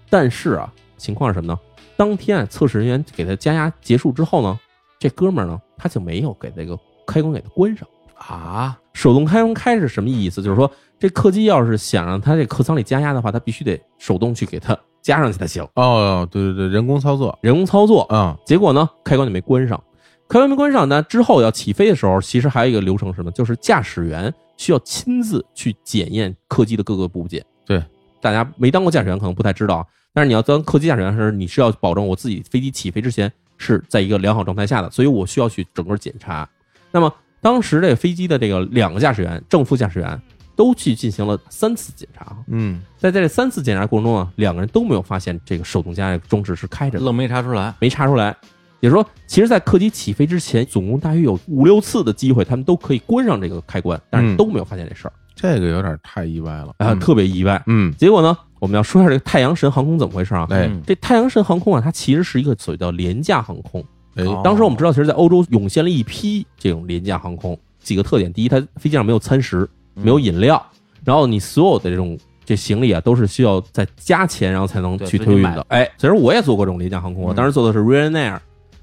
但是啊，情况是什么呢？当天啊，测试人员给他加压结束之后呢，这哥们儿呢，他就没有给这个开关给他关上。啊，手动开关开是什么意思？就是说，这客机要是想让它这客舱里加压的话，它必须得手动去给它加上去才行，哦，对对对，人工操作，人工操作。嗯，结果呢，开关就没关上。开关没关上呢，之后要起飞的时候，其实还有一个流程是什么，就是驾驶员需要亲自去检验客机的各个部件。对，大家没当过驾驶员可能不太知道啊，但是你要当客机驾驶员时，你是要保证我自己飞机起飞之前是在一个良好状态下的，所以我需要去整个检查。那么当时这个飞机的这个两个驾驶员，正副驾驶员都去进行了三次检查。嗯在在这三次检查过程中啊，两个人都没有发现这个手动加的装置是开着的，愣没查出来。没查出来。也就是说，其实，在客机起飞之前，总共大约有五六次的机会，他们都可以关上这个开关，但是嗯都没有发现这事儿这个有点太意外了啊、嗯特别意外。嗯，结果呢，我们要说一下这个太阳神航空怎么回事啊？哎嗯这太阳神航空啊，它其实是一个所谓叫廉价航空。哎，哦当时我们知道，其实，在欧洲涌现了一批这种廉价航空，几个特点：第一，它飞机上没有餐食，没有饮料，然后你所有的这种这行李啊，都是需要再加钱，然后才能对去自己托运买的的。哎，其实我也坐过这种廉价航空，我啊嗯当时坐的是 Ryanair。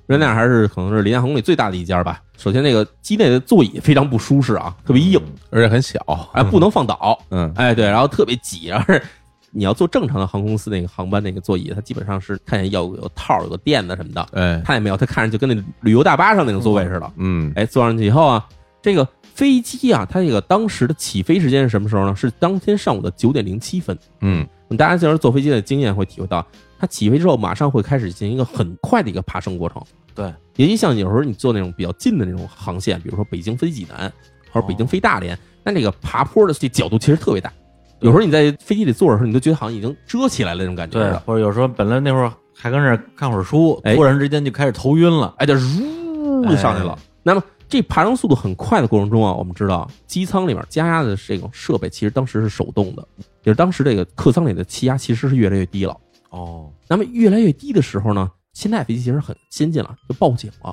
Ryanair 还是可能是廉价航空里最大的一家吧。首先，那个机内的座椅非常不舒适啊，特别硬，嗯而且很小，哎，不能放倒，嗯，哎，对，然后特别挤，然后是你要坐正常的航空公司那个航班那个座椅，它基本上是看见要有套儿、有个垫子什么的，哎，它也没有，它看着就跟那旅游大巴上那种座位似的。嗯，哎，坐上去以后啊，这个飞机啊，它这个当时的起飞时间是什么时候呢？是当天上午的九点零七分。嗯，嗯大家就是坐飞机的经验会体会到，它起飞之后马上会开始进行一个很快的一个爬升过程。对，也就像有时候你坐那种比较近的那种航线，比如说北京飞济南，或者北哦京飞大连，那这个爬坡的这角度其实特别大。有时候你在飞机里坐着的时候，你都觉得好像已经遮起来了那种感觉似对，的。或者有时候本来那会儿还跟那儿看会儿书，哎突然之间就开始头晕了。哎，就呜就上去了。哎那么这爬升速度很快的过程中啊，我们知道机舱里面加压的这种设备其实当时是手动的，也就是当时这个客舱里的气压其实是越来越低了。哦，那么越来越低的时候呢，现在飞机其实很先进了，就报警了，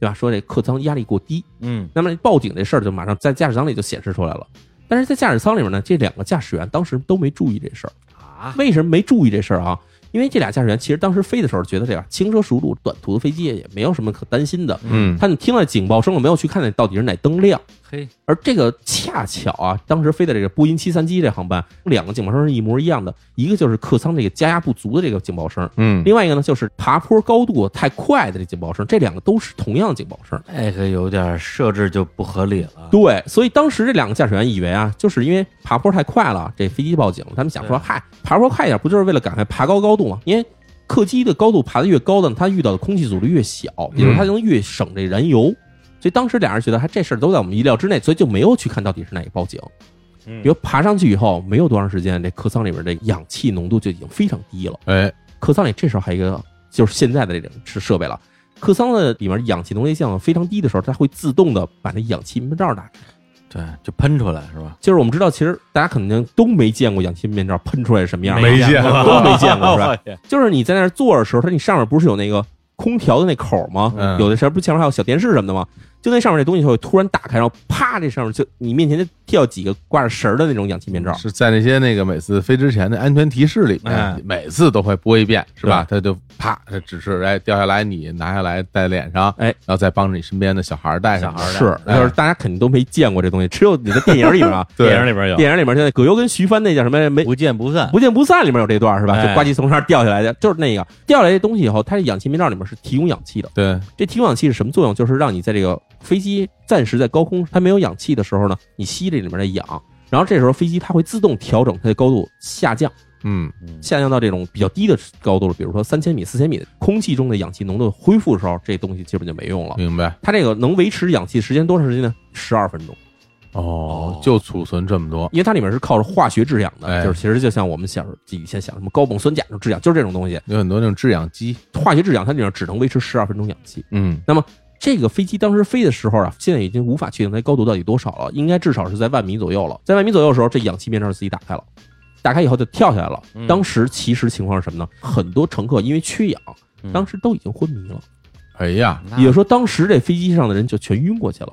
对吧？说这客舱压力过低，嗯，那么报警这事儿就马上在驾驶舱里就显示出来了。但是在驾驶舱里面呢，这两个驾驶员当时都没注意这事儿。啊，为什么没注意这事儿啊？因为这俩驾驶员其实当时飞的时候觉得这样轻车熟路，短途的飞机也没有什么可担心的。嗯，他们听了警报声了，没有去看那到底是哪灯亮。嘿，而这个恰巧啊，当时飞的这个波音七三七这航班，两个警报声是一模一样的，一个就是客舱这个加压不足的这个警报声，嗯，另外一个呢就是爬坡高度太快的这警报声，这两个都是同样的警报声。这个哎有点设置就不合理了。对，所以当时这两个驾驶员以为啊，就是因为爬坡太快了，这飞机报警了。他们想说，对嗨，爬坡快一点，不就是为了赶快爬高高度吗？因为客机的高度爬得越高呢，它遇到的空气阻力越小，也就是它嗯能越省这燃油。所以当时俩人觉得，还这事儿都在我们意料之内，所以就没有去看到底是哪个报警。嗯比如爬上去以后，没有多长时间，这客舱里边这氧气浓度就已经非常低了。哎，客舱里这时候还有一个就是现在的这种是设备了。客舱的里面氧气浓度降非常低的时候，它会自动的把那氧气面罩打开。对，就喷出来是 吧？就是我们知道，其实大家肯定都没见过氧气面罩喷出来是什么样的，没见过都没见过是 吧？吧？就是你在那儿坐着的时候，它你上面不是有那个空调的那口吗？嗯有的时候不是前面还有小电视什么的吗？就那上面这东西就会突然打开，然后啪，这上面就你面前就掉几个挂着绳儿的那种氧气面罩。是在那些那个每次飞之前的安全提示里面哎，每次都会播一遍，是吧？他就啪，他指示哎掉下来，你拿下来戴脸上，哎，然后再帮着你身边的小孩儿戴上小。孩儿的是，哎就是大家肯定都没见过这东西，只有你在电影里面 啊，对电影里边有，电影里面现在葛优跟徐帆那叫什么没不见不散。不见不散里面有这段是吧？就哎呱唧从上掉下来的，就是那个掉下来这东西以后，它这氧气面罩里面是提供氧气的。对，这提供氧气是什么作用？就是让你在这个飞机暂时在高空它没有氧气的时候呢，你吸这里面的氧，然后这时候飞机它会自动调整它的高度下降，嗯，下降到这种比较低的高度了，比如说三千米、四千米，空气中的氧气浓度恢复的时候，这东西基本就没用了。明白。它这个能维持氧气时间多长时间呢？十二分钟，哦，就储存这么多。因为它里面是靠着化学制氧的，哎就是其实就像我们小时候以前想什么高锰酸钾这种制氧，就是这种东西，有很多那种制氧机，化学制氧它里面只能维持十二分钟氧气。嗯，这个飞机当时飞的时候啊，现在已经无法确定它高度到底多少了，应该至少是在万米左右了。在万米左右的时候，这氧气面罩自己打开了，打开以后就跳下来了。嗯当时其实情况是什么呢？很多乘客因为缺氧，嗯当时都已经昏迷了，哎呀，那也就是说，当时这飞机上的人就全晕过去了。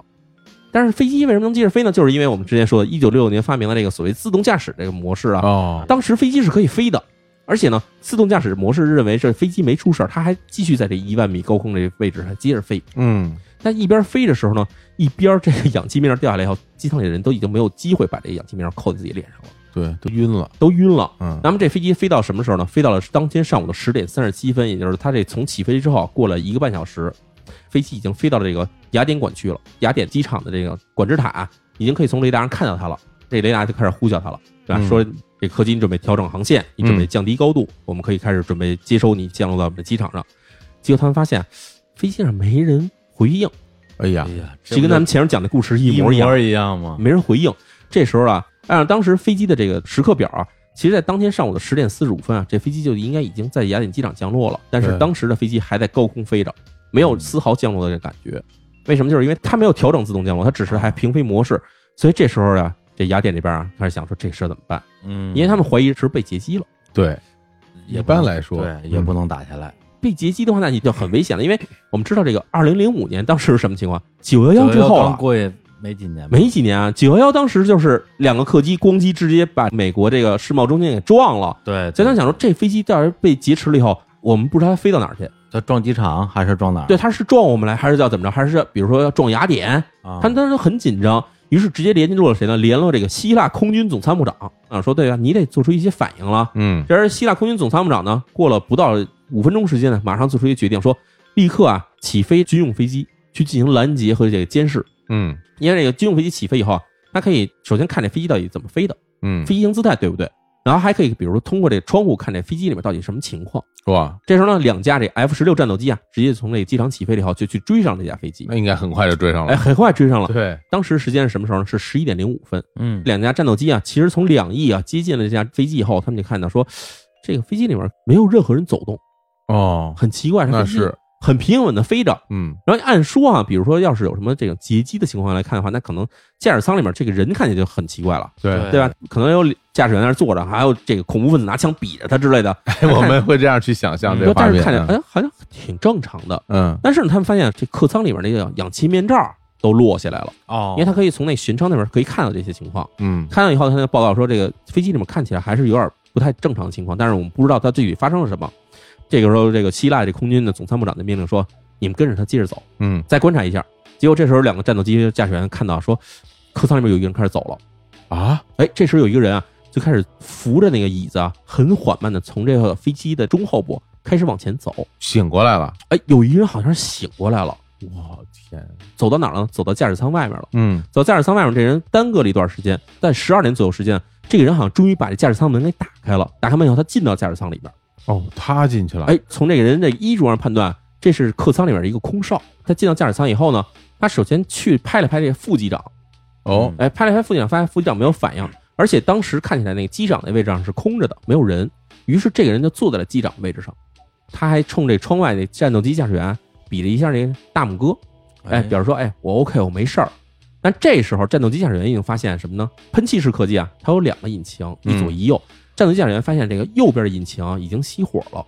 但是飞机为什么能接着飞呢？就是因为我们之前说的，一九六六年发明的这个所谓自动驾驶这个模式啊，哦，当时飞机是可以飞的。而且呢，自动驾驶模式认为这飞机没出事儿，它还继续在这一万米高空这位置还接着飞。嗯，但一边飞的时候呢，一边这个氧气面罩掉下来以后，机舱里的人都已经没有机会把这个氧气面罩扣在自己脸上了，对，都晕了，都晕了。嗯，那么这飞机飞到什么时候呢？飞到了当天上午的十点三十七分，也就是它这从起飞之后过了一个半小时，飞机已经飞到了这个雅典管区了。雅典机场的这个管制塔啊、已经可以从雷达上看到它了，这雷达就开始呼叫它了，对吧？嗯说这客机你准备调整航线，你准备嗯降低高度，我们可以开始准备接收你降落到我们的机场上。结果他们发现飞机上没人回应。哎呀哎，呀，这跟咱们前面讲的故事一一模一样，一样吗？没人回应。这时候啊，按照当时飞机的这个时刻表啊，其实在当天上午的十点四十五分啊，这飞机就应该已经在雅典机场降落了，但是对当时的飞机还在高空飞着，没有丝毫降落的这感觉。为什么？就是因为它没有调整自动降落，它只是还平飞模式，所以这时候啊，这雅典这边啊开始想说这事儿怎么办，嗯，因为他们怀疑是被劫机了。对，也一不般能来说对也嗯不能打下来，被劫机的话，那你就很危险了，因为我们知道这个二零零五年当时是什么情况？九幺幺之后911啊刚，过去没几年吧，没几年啊，九幺幺当时就是两个客机光机直接把美国这个世贸中心给撞了，对，所以他对想说，这飞机到时候被劫持了以后，我们不知道它飞到哪儿去。他撞机场还是撞哪儿？对，它是撞我们来，还是要怎么着？还是要比如说要撞雅典？啊，他们当时很紧张，于是直接联络了谁呢？联络这个希腊空军总参谋长啊，说对啊，你得做出一些反应了。嗯，这时希腊空军总参谋长呢，过了不到五分钟时间呢，马上做出一个决定，说立刻啊起飞军用飞机去进行拦截和这个监视。嗯因为这个军用飞机起飞以后啊，它可以首先看这飞机到底怎么飞的，嗯，飞行姿态对不对，然后还可以比如说通过这窗户看这飞机里面到底什么情况。哇，这时候呢，两架这 F 十六战斗机啊，直接从这个机场起飞了以后，就去追上这架飞机那。应该很快就追上哎，了。很快追上了。对，当时时间是什么时候呢？是十一点零五分。嗯，两架战斗机啊，其实从两翼啊接近了这架飞机以后，他们就看到说，这个飞机里面没有任何人走动，哦，很奇怪，这那飞机是，很平稳的飞着。嗯，然后按说啊，比如说要是有什么这种劫机的情况来看的话，那可能驾驶舱里面这个人看起来就很奇怪了，对，对吧？可能有驾驶员在那儿坐着，还有这个恐怖分子拿枪比着他之类的，哎 我们会这样去想象嗯这个画但是面。看着嗯哎好像挺正常的。嗯，但是呢他们发现这客舱里面那个氧气面罩都落下来了，哦因为他可以从那巡舱那边可以看到这些情况。嗯，看到以后，他就报告说，这个飞机里面看起来还是有点不太正常的情况，但是我们不知道它具体发生了什么。这个时候，这个希腊这空军的总参谋长的命令说：“你们跟着他接着走，嗯，再观察一下。”结果这时候，两个战斗机驾驶员看到说，客舱里面有一个人开始走了。啊，哎，这时候有一个人啊，就开始扶着那个椅子啊，很缓慢的从这个飞机的中后部开始往前走。醒过来了，哎，有一个人好像是醒过来了，我天，走到哪儿了呢？走到驾驶舱外面了。嗯，走到驾驶舱外面，这人耽搁了一段时间，在十二点左右时间，这个人好像终于把这驾驶舱门给打开了。打开门以后，他进到驾驶舱里边，哦，他进去了，哎，从这个人的衣着上判断，这是客舱里面的一个空少。他进到驾驶舱以后呢，他首先去拍了拍这个副机长，哦，哎，拍了拍副机长，发现副机长没有反应，而且当时看起来那个机长那位置上是空着的，没有人。于是这个人就坐在了机长位置上，他还冲这窗外那战斗机驾驶员比了一下这个大拇哥，哎，表示说，哎，我 OK，我没事儿。但这时候，战斗机驾驶员已经发现什么呢？喷气式客机啊，它有两个引擎，一左一右。战斗机驾驶员发现这个右边的引擎啊已经熄火了，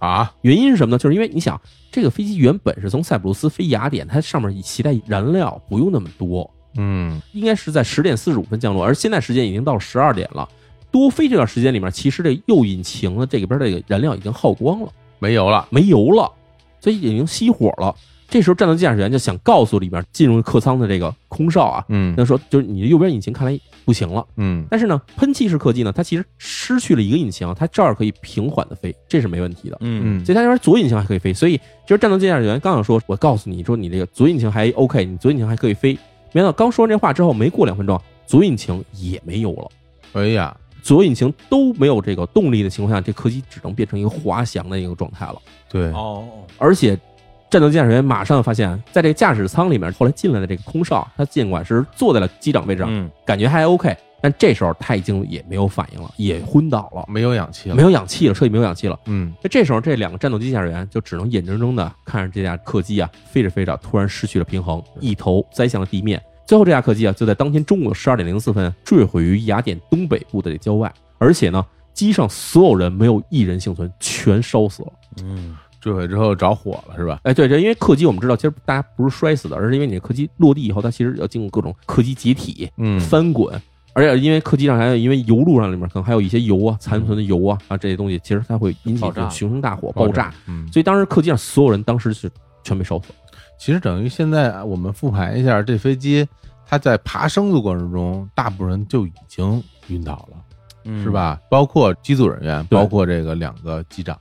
啊，原因是什么呢？就是因为你想，这个飞机原本是从塞浦路斯飞雅典，它上面携带燃料不用那么多，嗯，应该是在十点四十五分降落，而现在时间已经到十二点了。多飞这段时间里面，其实这右引擎的这边这个燃料已经耗光了。没油了，没油了，所以已经熄火了。这时候战斗机驾驶员就想告诉里边进入客舱的这个空少啊，嗯那说就是你的右边引擎看来不行了。嗯，但是呢，喷气式客机呢，它其实失去了一个引擎，它照样可以平缓的飞，这是没问题的。嗯嗯所以它那边左引擎还可以飞，所以就是战斗机驾驶员刚想说，我告诉你说你这个左引擎还 OK，你左引擎还可以飞。没想到刚说完这话之后，没过两分钟，左引擎也没有了。哎呀，左引擎都没有这个动力的情况下，这客机只能变成一个滑翔的一个状态了。对，哦，而且战斗机驾驶员马上发现，在这个驾驶舱里面，后来进来的这个空少，他尽管是坐在了机长位置上，嗯，感觉还 OK，但这时候他已经也没有反应了，也昏倒了，没有氧气没了，有氧气了，彻底没有氧气了。嗯，那这时候，这两个战斗机驾驶员就只能眼睁睁的看着这架客机啊飞着飞着，突然失去了平衡，一头栽向了地面。最后，这架客机啊就在当天中午十二点零四分坠毁于雅典东北部的这郊外，而且呢，机上所有人没有一人幸存，全烧死了。嗯，坠毁之后着火了是吧？哎，对，这因为客机我们知道，其实大家不是摔死的，而是因为你客机落地以后，它其实要经过各种客机解体、嗯，翻滚，而且因为客机上还有因为油路上里面可能还有一些油啊、残存的油啊啊这些东西，其实它会引起爆这种炸熊熊大火爆炸，，嗯，所以当时客机上所有人当时是全被烧死了。其实等于现在我们复盘一下，这飞机它在爬升的过程中，大部分人就已经晕倒了，嗯是？吧？包括机组人员，对包括这个两个机长，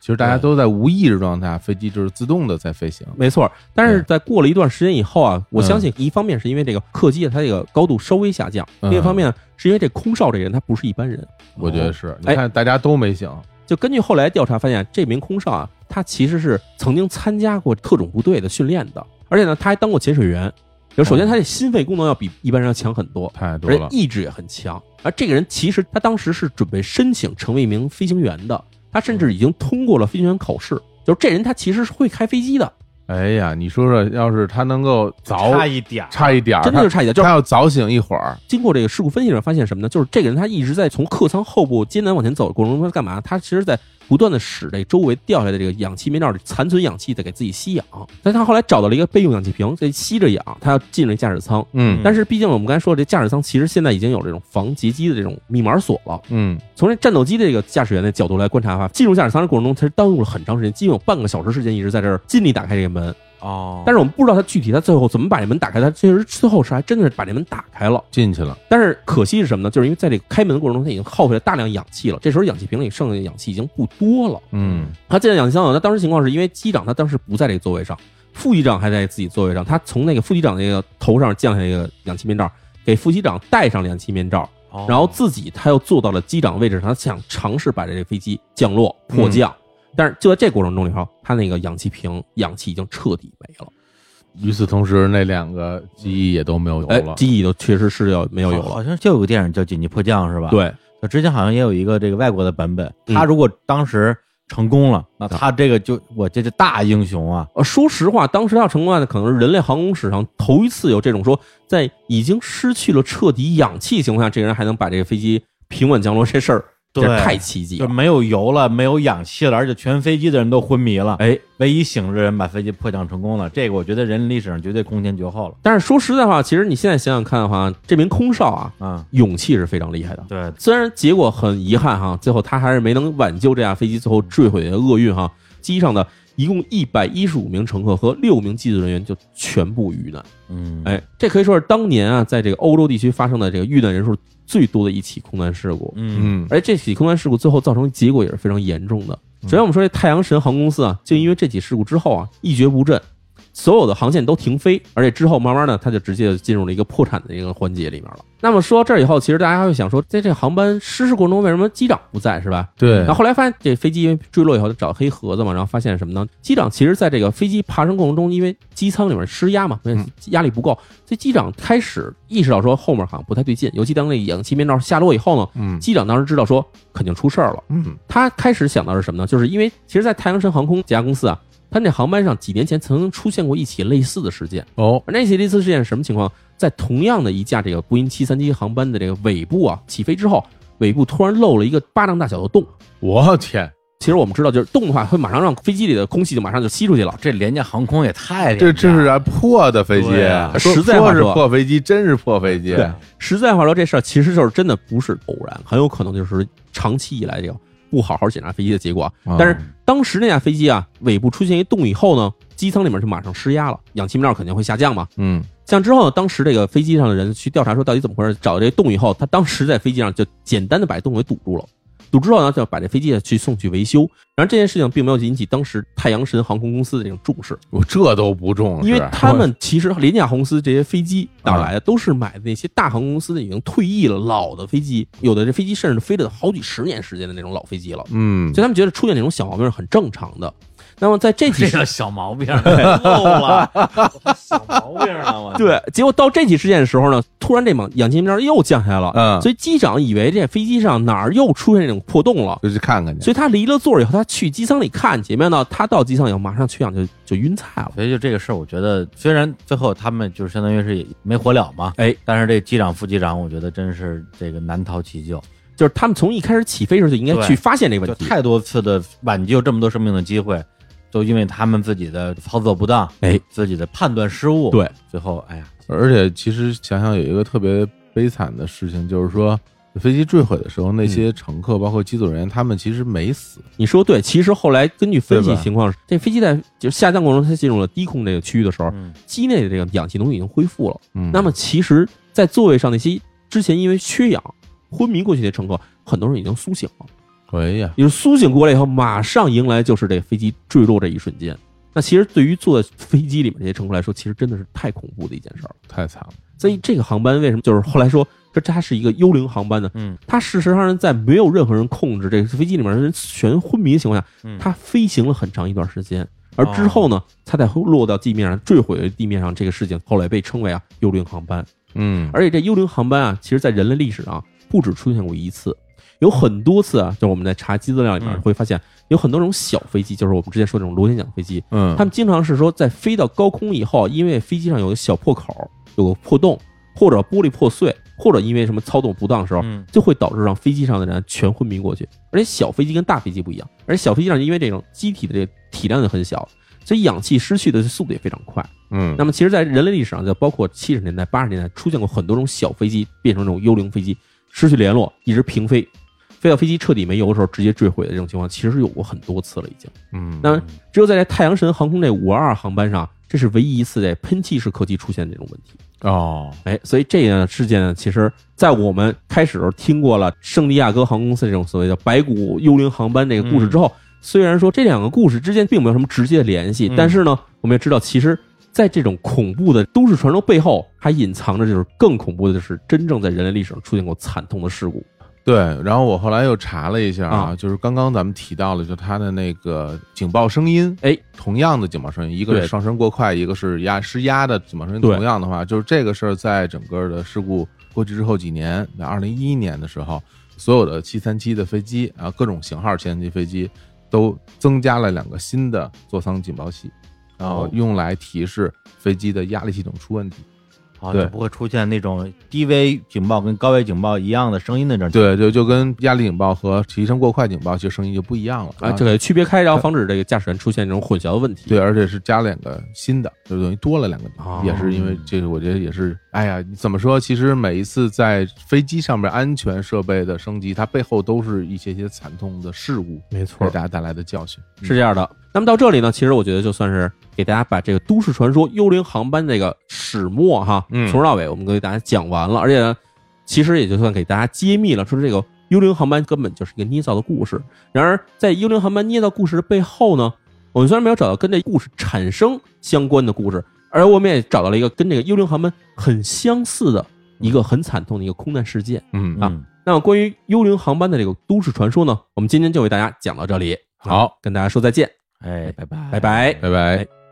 其实大家都在无意识状态下，飞机就是自动的在飞行。没错，但是在对过了一段时间以后啊，我嗯相信一方面是因为这个客机它这个高度稍微下降，嗯另一方面是因为这空少这个人他不是一般人。我觉得是，你哎看大家都没醒，就根据后来调查发现，这名空少啊，他其实是曾经参加过特种部队的训练的，而且呢，他还当过潜水员。就哦首先他这心肺功能要比一般人要强很多，太多而且了，意志也很强。而这个人其实他当时是准备申请成为一名飞行员的，他甚至已经通过了飞行员考试。就是这人他其实是会开飞机的，哎呀，你说说，要是他能够早差一点儿，差一点儿，真的他就是差一点。就是啊他要早醒一会儿，经过这个事故分析上发现什么呢？就是这个人他一直在从客舱后部艰难往前走的过程中，他干嘛？他其实在不断的使这周围掉下来的这个氧气面罩里残存氧气在给自己吸氧。但他后来找到了一个备用氧气瓶，在吸着氧，他要进入驾驶舱。嗯但是毕竟我们刚才说，这驾驶舱其实现在已经有这种防劫机的这种密码锁了。嗯，从这战斗机这个驾驶员的角度来观察的话，进入驾驶舱的过程中，他是耽误了很长时间，基本有半个小时时间一直在这儿尽力打开这个门。哦，但是我们不知道他具体他最后怎么把这门打开，他确实最后是还真的是把这门打开了。进去了，但是可惜是什么呢？就是因为在这个开门的过程中，他已经耗费了大量氧气了。这时候氧气瓶里剩下的氧气已经不多了。嗯他进了氧气箱，他当时情况是因为机长他当时不在这个座位上，副机长还在自己座位上。他从那个副机长那个头上降下一个氧气面罩，给副机长戴上了氧气面罩，哦然后自己他又坐到了机长位置上，他想尝试把这个飞机降落迫降。但是就在这过程中里头，他那个氧气瓶氧气已经彻底没了，与此同时，那两个记忆也都没有哎了，，记忆都确实是要没有有好了。好像就有个电影叫《紧急迫降》是吧？，对，就之前好像也有一个这个外国的版本，嗯他如果当时成功了，那他这个就我这是大英雄啊，呃，说实话，当时要成功案可能是人类航空史上头一次有这种说，在已经失去了彻底氧气情况下，这个人还能把这个飞机平稳降落这事儿，这对太奇迹就了。没有油了，没有氧气了，而且全飞机的人都昏迷了，哎，唯一醒着的人把飞机迫降成功了，这个我觉得人类历史上绝对空前绝后了但是说实在话，其实你现在想想看的话，这名空少啊，啊、勇气是非常厉害的。对，虽然结果很遗憾哈，最后他还是没能挽救这架飞机最后坠毁的厄运哈。机上的一共一百一十五名乘客和六名技术人员就全部遇难。嗯，哎，这可以说是当年啊，在这个欧洲地区发生的这个遇难人数最多的一起空难事故。嗯，嗯而这起空难事故最后造成的结果也是非常严重的。首先，我们说这太阳神航空公司啊，就因为这起事故之后啊，一蹶不振，所有的航线都停飞，而且之后慢慢呢，它就直接进入了一个破产的一个环节里面了。那么说到这儿以后，其实大家会想说，在这个航班失事过程中，为什么机长不在，是吧？对然后，后来发现这飞机因为坠落以后就找黑盒子嘛，然后发现什么呢？机长其实在这个飞机爬升过程中，因为机舱里面施压嘛，嗯压力不够，所以机长开始意识到说后面好像不太对劲，尤其当那氧气面罩下落以后呢，嗯机长当时知道说肯定出事儿了，嗯他开始想到是什么呢？就是因为其实，在太阳神航空这家公司啊，它那航班上几年前曾经出现过一起类似的事件，哦，而那起类似事件是什么情况？在同样的一架这个波音七三七航班的这个尾部啊起飞之后，尾部突然漏了一个巴掌大小的洞。我天，其实我们知道，就是动的话会马上让飞机里的空气就马上就吸出去了。这廉价航空也太廉价哎这真是啊破的飞机对啊，说实在话说是说破飞机，真是破飞机，对实在话说，这事儿其实就是真的不是偶然，很有可能就是长期以来这个不好好检查飞机的结果啊。嗯但是当时那架飞机啊，尾部出现一洞以后呢，机舱里面就马上施压了，氧气面罩肯定会下降嘛。嗯降之后呢，当时这个飞机上的人去调查说到底怎么回事，找到这洞以后，他当时在飞机上就简单的把这洞给堵住了。堵之后呢，就要把这飞机去送去维修。然后这件事情并没有引起当时太阳神航空公司的这种重视，我这都不重视，因为他们其实廉价航空公司这些飞机哪来的，都是买的那些大航空公司的已经退役了老的飞机，有的这飞机甚至飞了好几十年时间的那种老飞机了。嗯所以他们觉得出现这种小毛病是很正常的。那么在这起 这事叫小毛病，漏了，小毛病了，我， 对，结果到这起事件的时候呢，突然这氧氧气面罩又降下来了，嗯所以机长以为这飞机上哪儿又出现这种破洞了，就去看看去，所以他离了座儿以后，他去机舱里看，去，没想到他到机舱以后马上缺氧就就晕菜了。所以就这个事儿，我觉得虽然最后他们就是相当于是也没活了嘛，哎，但是这机长、副机长，我觉得真是这个难逃其咎，就是他们从一开始起飞时候就应该对去发现这个就问题，太多次的挽救这么多生命的机会，都因为他们自己的操作不当，哎，自己的判断失误，对，最后哎呀，而且其实想想有一个特别悲惨的事情，就是说飞机坠毁的时候，嗯那些乘客包括机组人员，他们其实没死，你说对，其实后来根据分析对吧情况，这飞机在就是下降过程中，它进入了低空这个区域的时候，嗯机内的这个氧气浓度已经恢复了。嗯，那么其实，在座位上那些之前因为缺氧昏迷过去的乘客，很多人已经苏醒了。哎呀，也就是苏醒过来以后，马上迎来就是这飞机坠落这一瞬间。那其实对于坐在飞机里面这些乘客来说，其实真的是太恐怖的一件事儿了。太惨了，所以这个航班为什么就是后来说这它是一个幽灵航班呢？嗯，它事实上是在没有任何人控制这个飞机里面人全昏迷的情况下，嗯哦它飞行了很长一段时间，而之后呢，它再落到地面上坠毁地面上这个事情，后来被称为啊幽灵航班。嗯，而且这幽灵航班啊，其实在人类历史上不止出现过一次，有很多次啊，就我们在查资料里面嗯会发现，有很多种小飞机，就是我们之前说这种螺旋桨飞机，嗯，他们经常是说在飞到高空以后，因为飞机上有个小破口，有个破洞，或者玻璃破碎，或者因为什么操纵不当的时候，嗯就会导致让飞机上的人全昏迷过去。而且小飞机跟大飞机不一样，而且小飞机上因为这种机体的这个体量就很小，所以氧气失去的速度也非常快。嗯，那么其实，在人类历史上，就包括七十年代、八十年代，出现过很多种小飞机变成这种幽灵飞机，失去联络，一直平飞，飞到飞机彻底没油的时候直接坠毁的这种情况，其实有过很多次了已经。嗯，那么只有在这太阳神航空这五二二航班上，这是唯一一次在喷气式客机出现这种问题。哦，哎，所以这个事件呢，其实在我们开始的时候听过了圣地亚哥航空公司这种所谓的“白骨幽灵航班”这个故事之后，虽然说这两个故事之间并没有什么直接的联系，嗯但是呢，我们也知道，其实，在这种恐怖的都市传说背后，还隐藏着就是更恐怖的，就是真正在人类历史上出现过惨痛的事故。对，然后我后来又查了一下啊，啊就是刚刚咱们提到了，就它的那个警报声音，哎，同样的警报声音，一个是对上升过快，一个是压失压的警报声音，对同样的话，就是这个事儿在整个的事故过去之后几年，在二零一一年的时候，所有的七三七的飞机啊，各种型号七三七飞机都增加了两个新的座舱警报器，然后哦用来提示飞机的压力系统出问题。啊，对就不会出现那种低危警报跟高危警报一样的声音的这种。对，就就跟压力警报和提升过快警报其实声音就不一样了啊，这个区别开，然后防止这个驾驶员出现这种混淆的问题。对，而且是加了两个新的，就等于多了两个，哦也是因为这个，我觉得也是，哎呀，怎么说？其实每一次在飞机上面安全设备的升级，它背后都是一些些惨痛的事故没错给大家带来的教训。是这样嗯的。那么到这里呢，其实我觉得就算是给大家把这个都市传说幽灵航班这个始末哈，嗯从头到尾我们给大家讲完了，而且呢，其实也就算给大家揭秘了，说这个幽灵航班根本就是一个捏造的故事。然而，在幽灵航班捏造故事的背后呢，我们虽然没有找到跟这故事产生相关的故事，而我们也找到了一个跟这个幽灵航班很相似的一个很惨痛的一个空难事件。嗯啊嗯，那么关于幽灵航班的这个都市传说呢，我们今天就为大家讲到这里。好，跟大家说再见，哎，拜拜，拜拜。拜拜。哎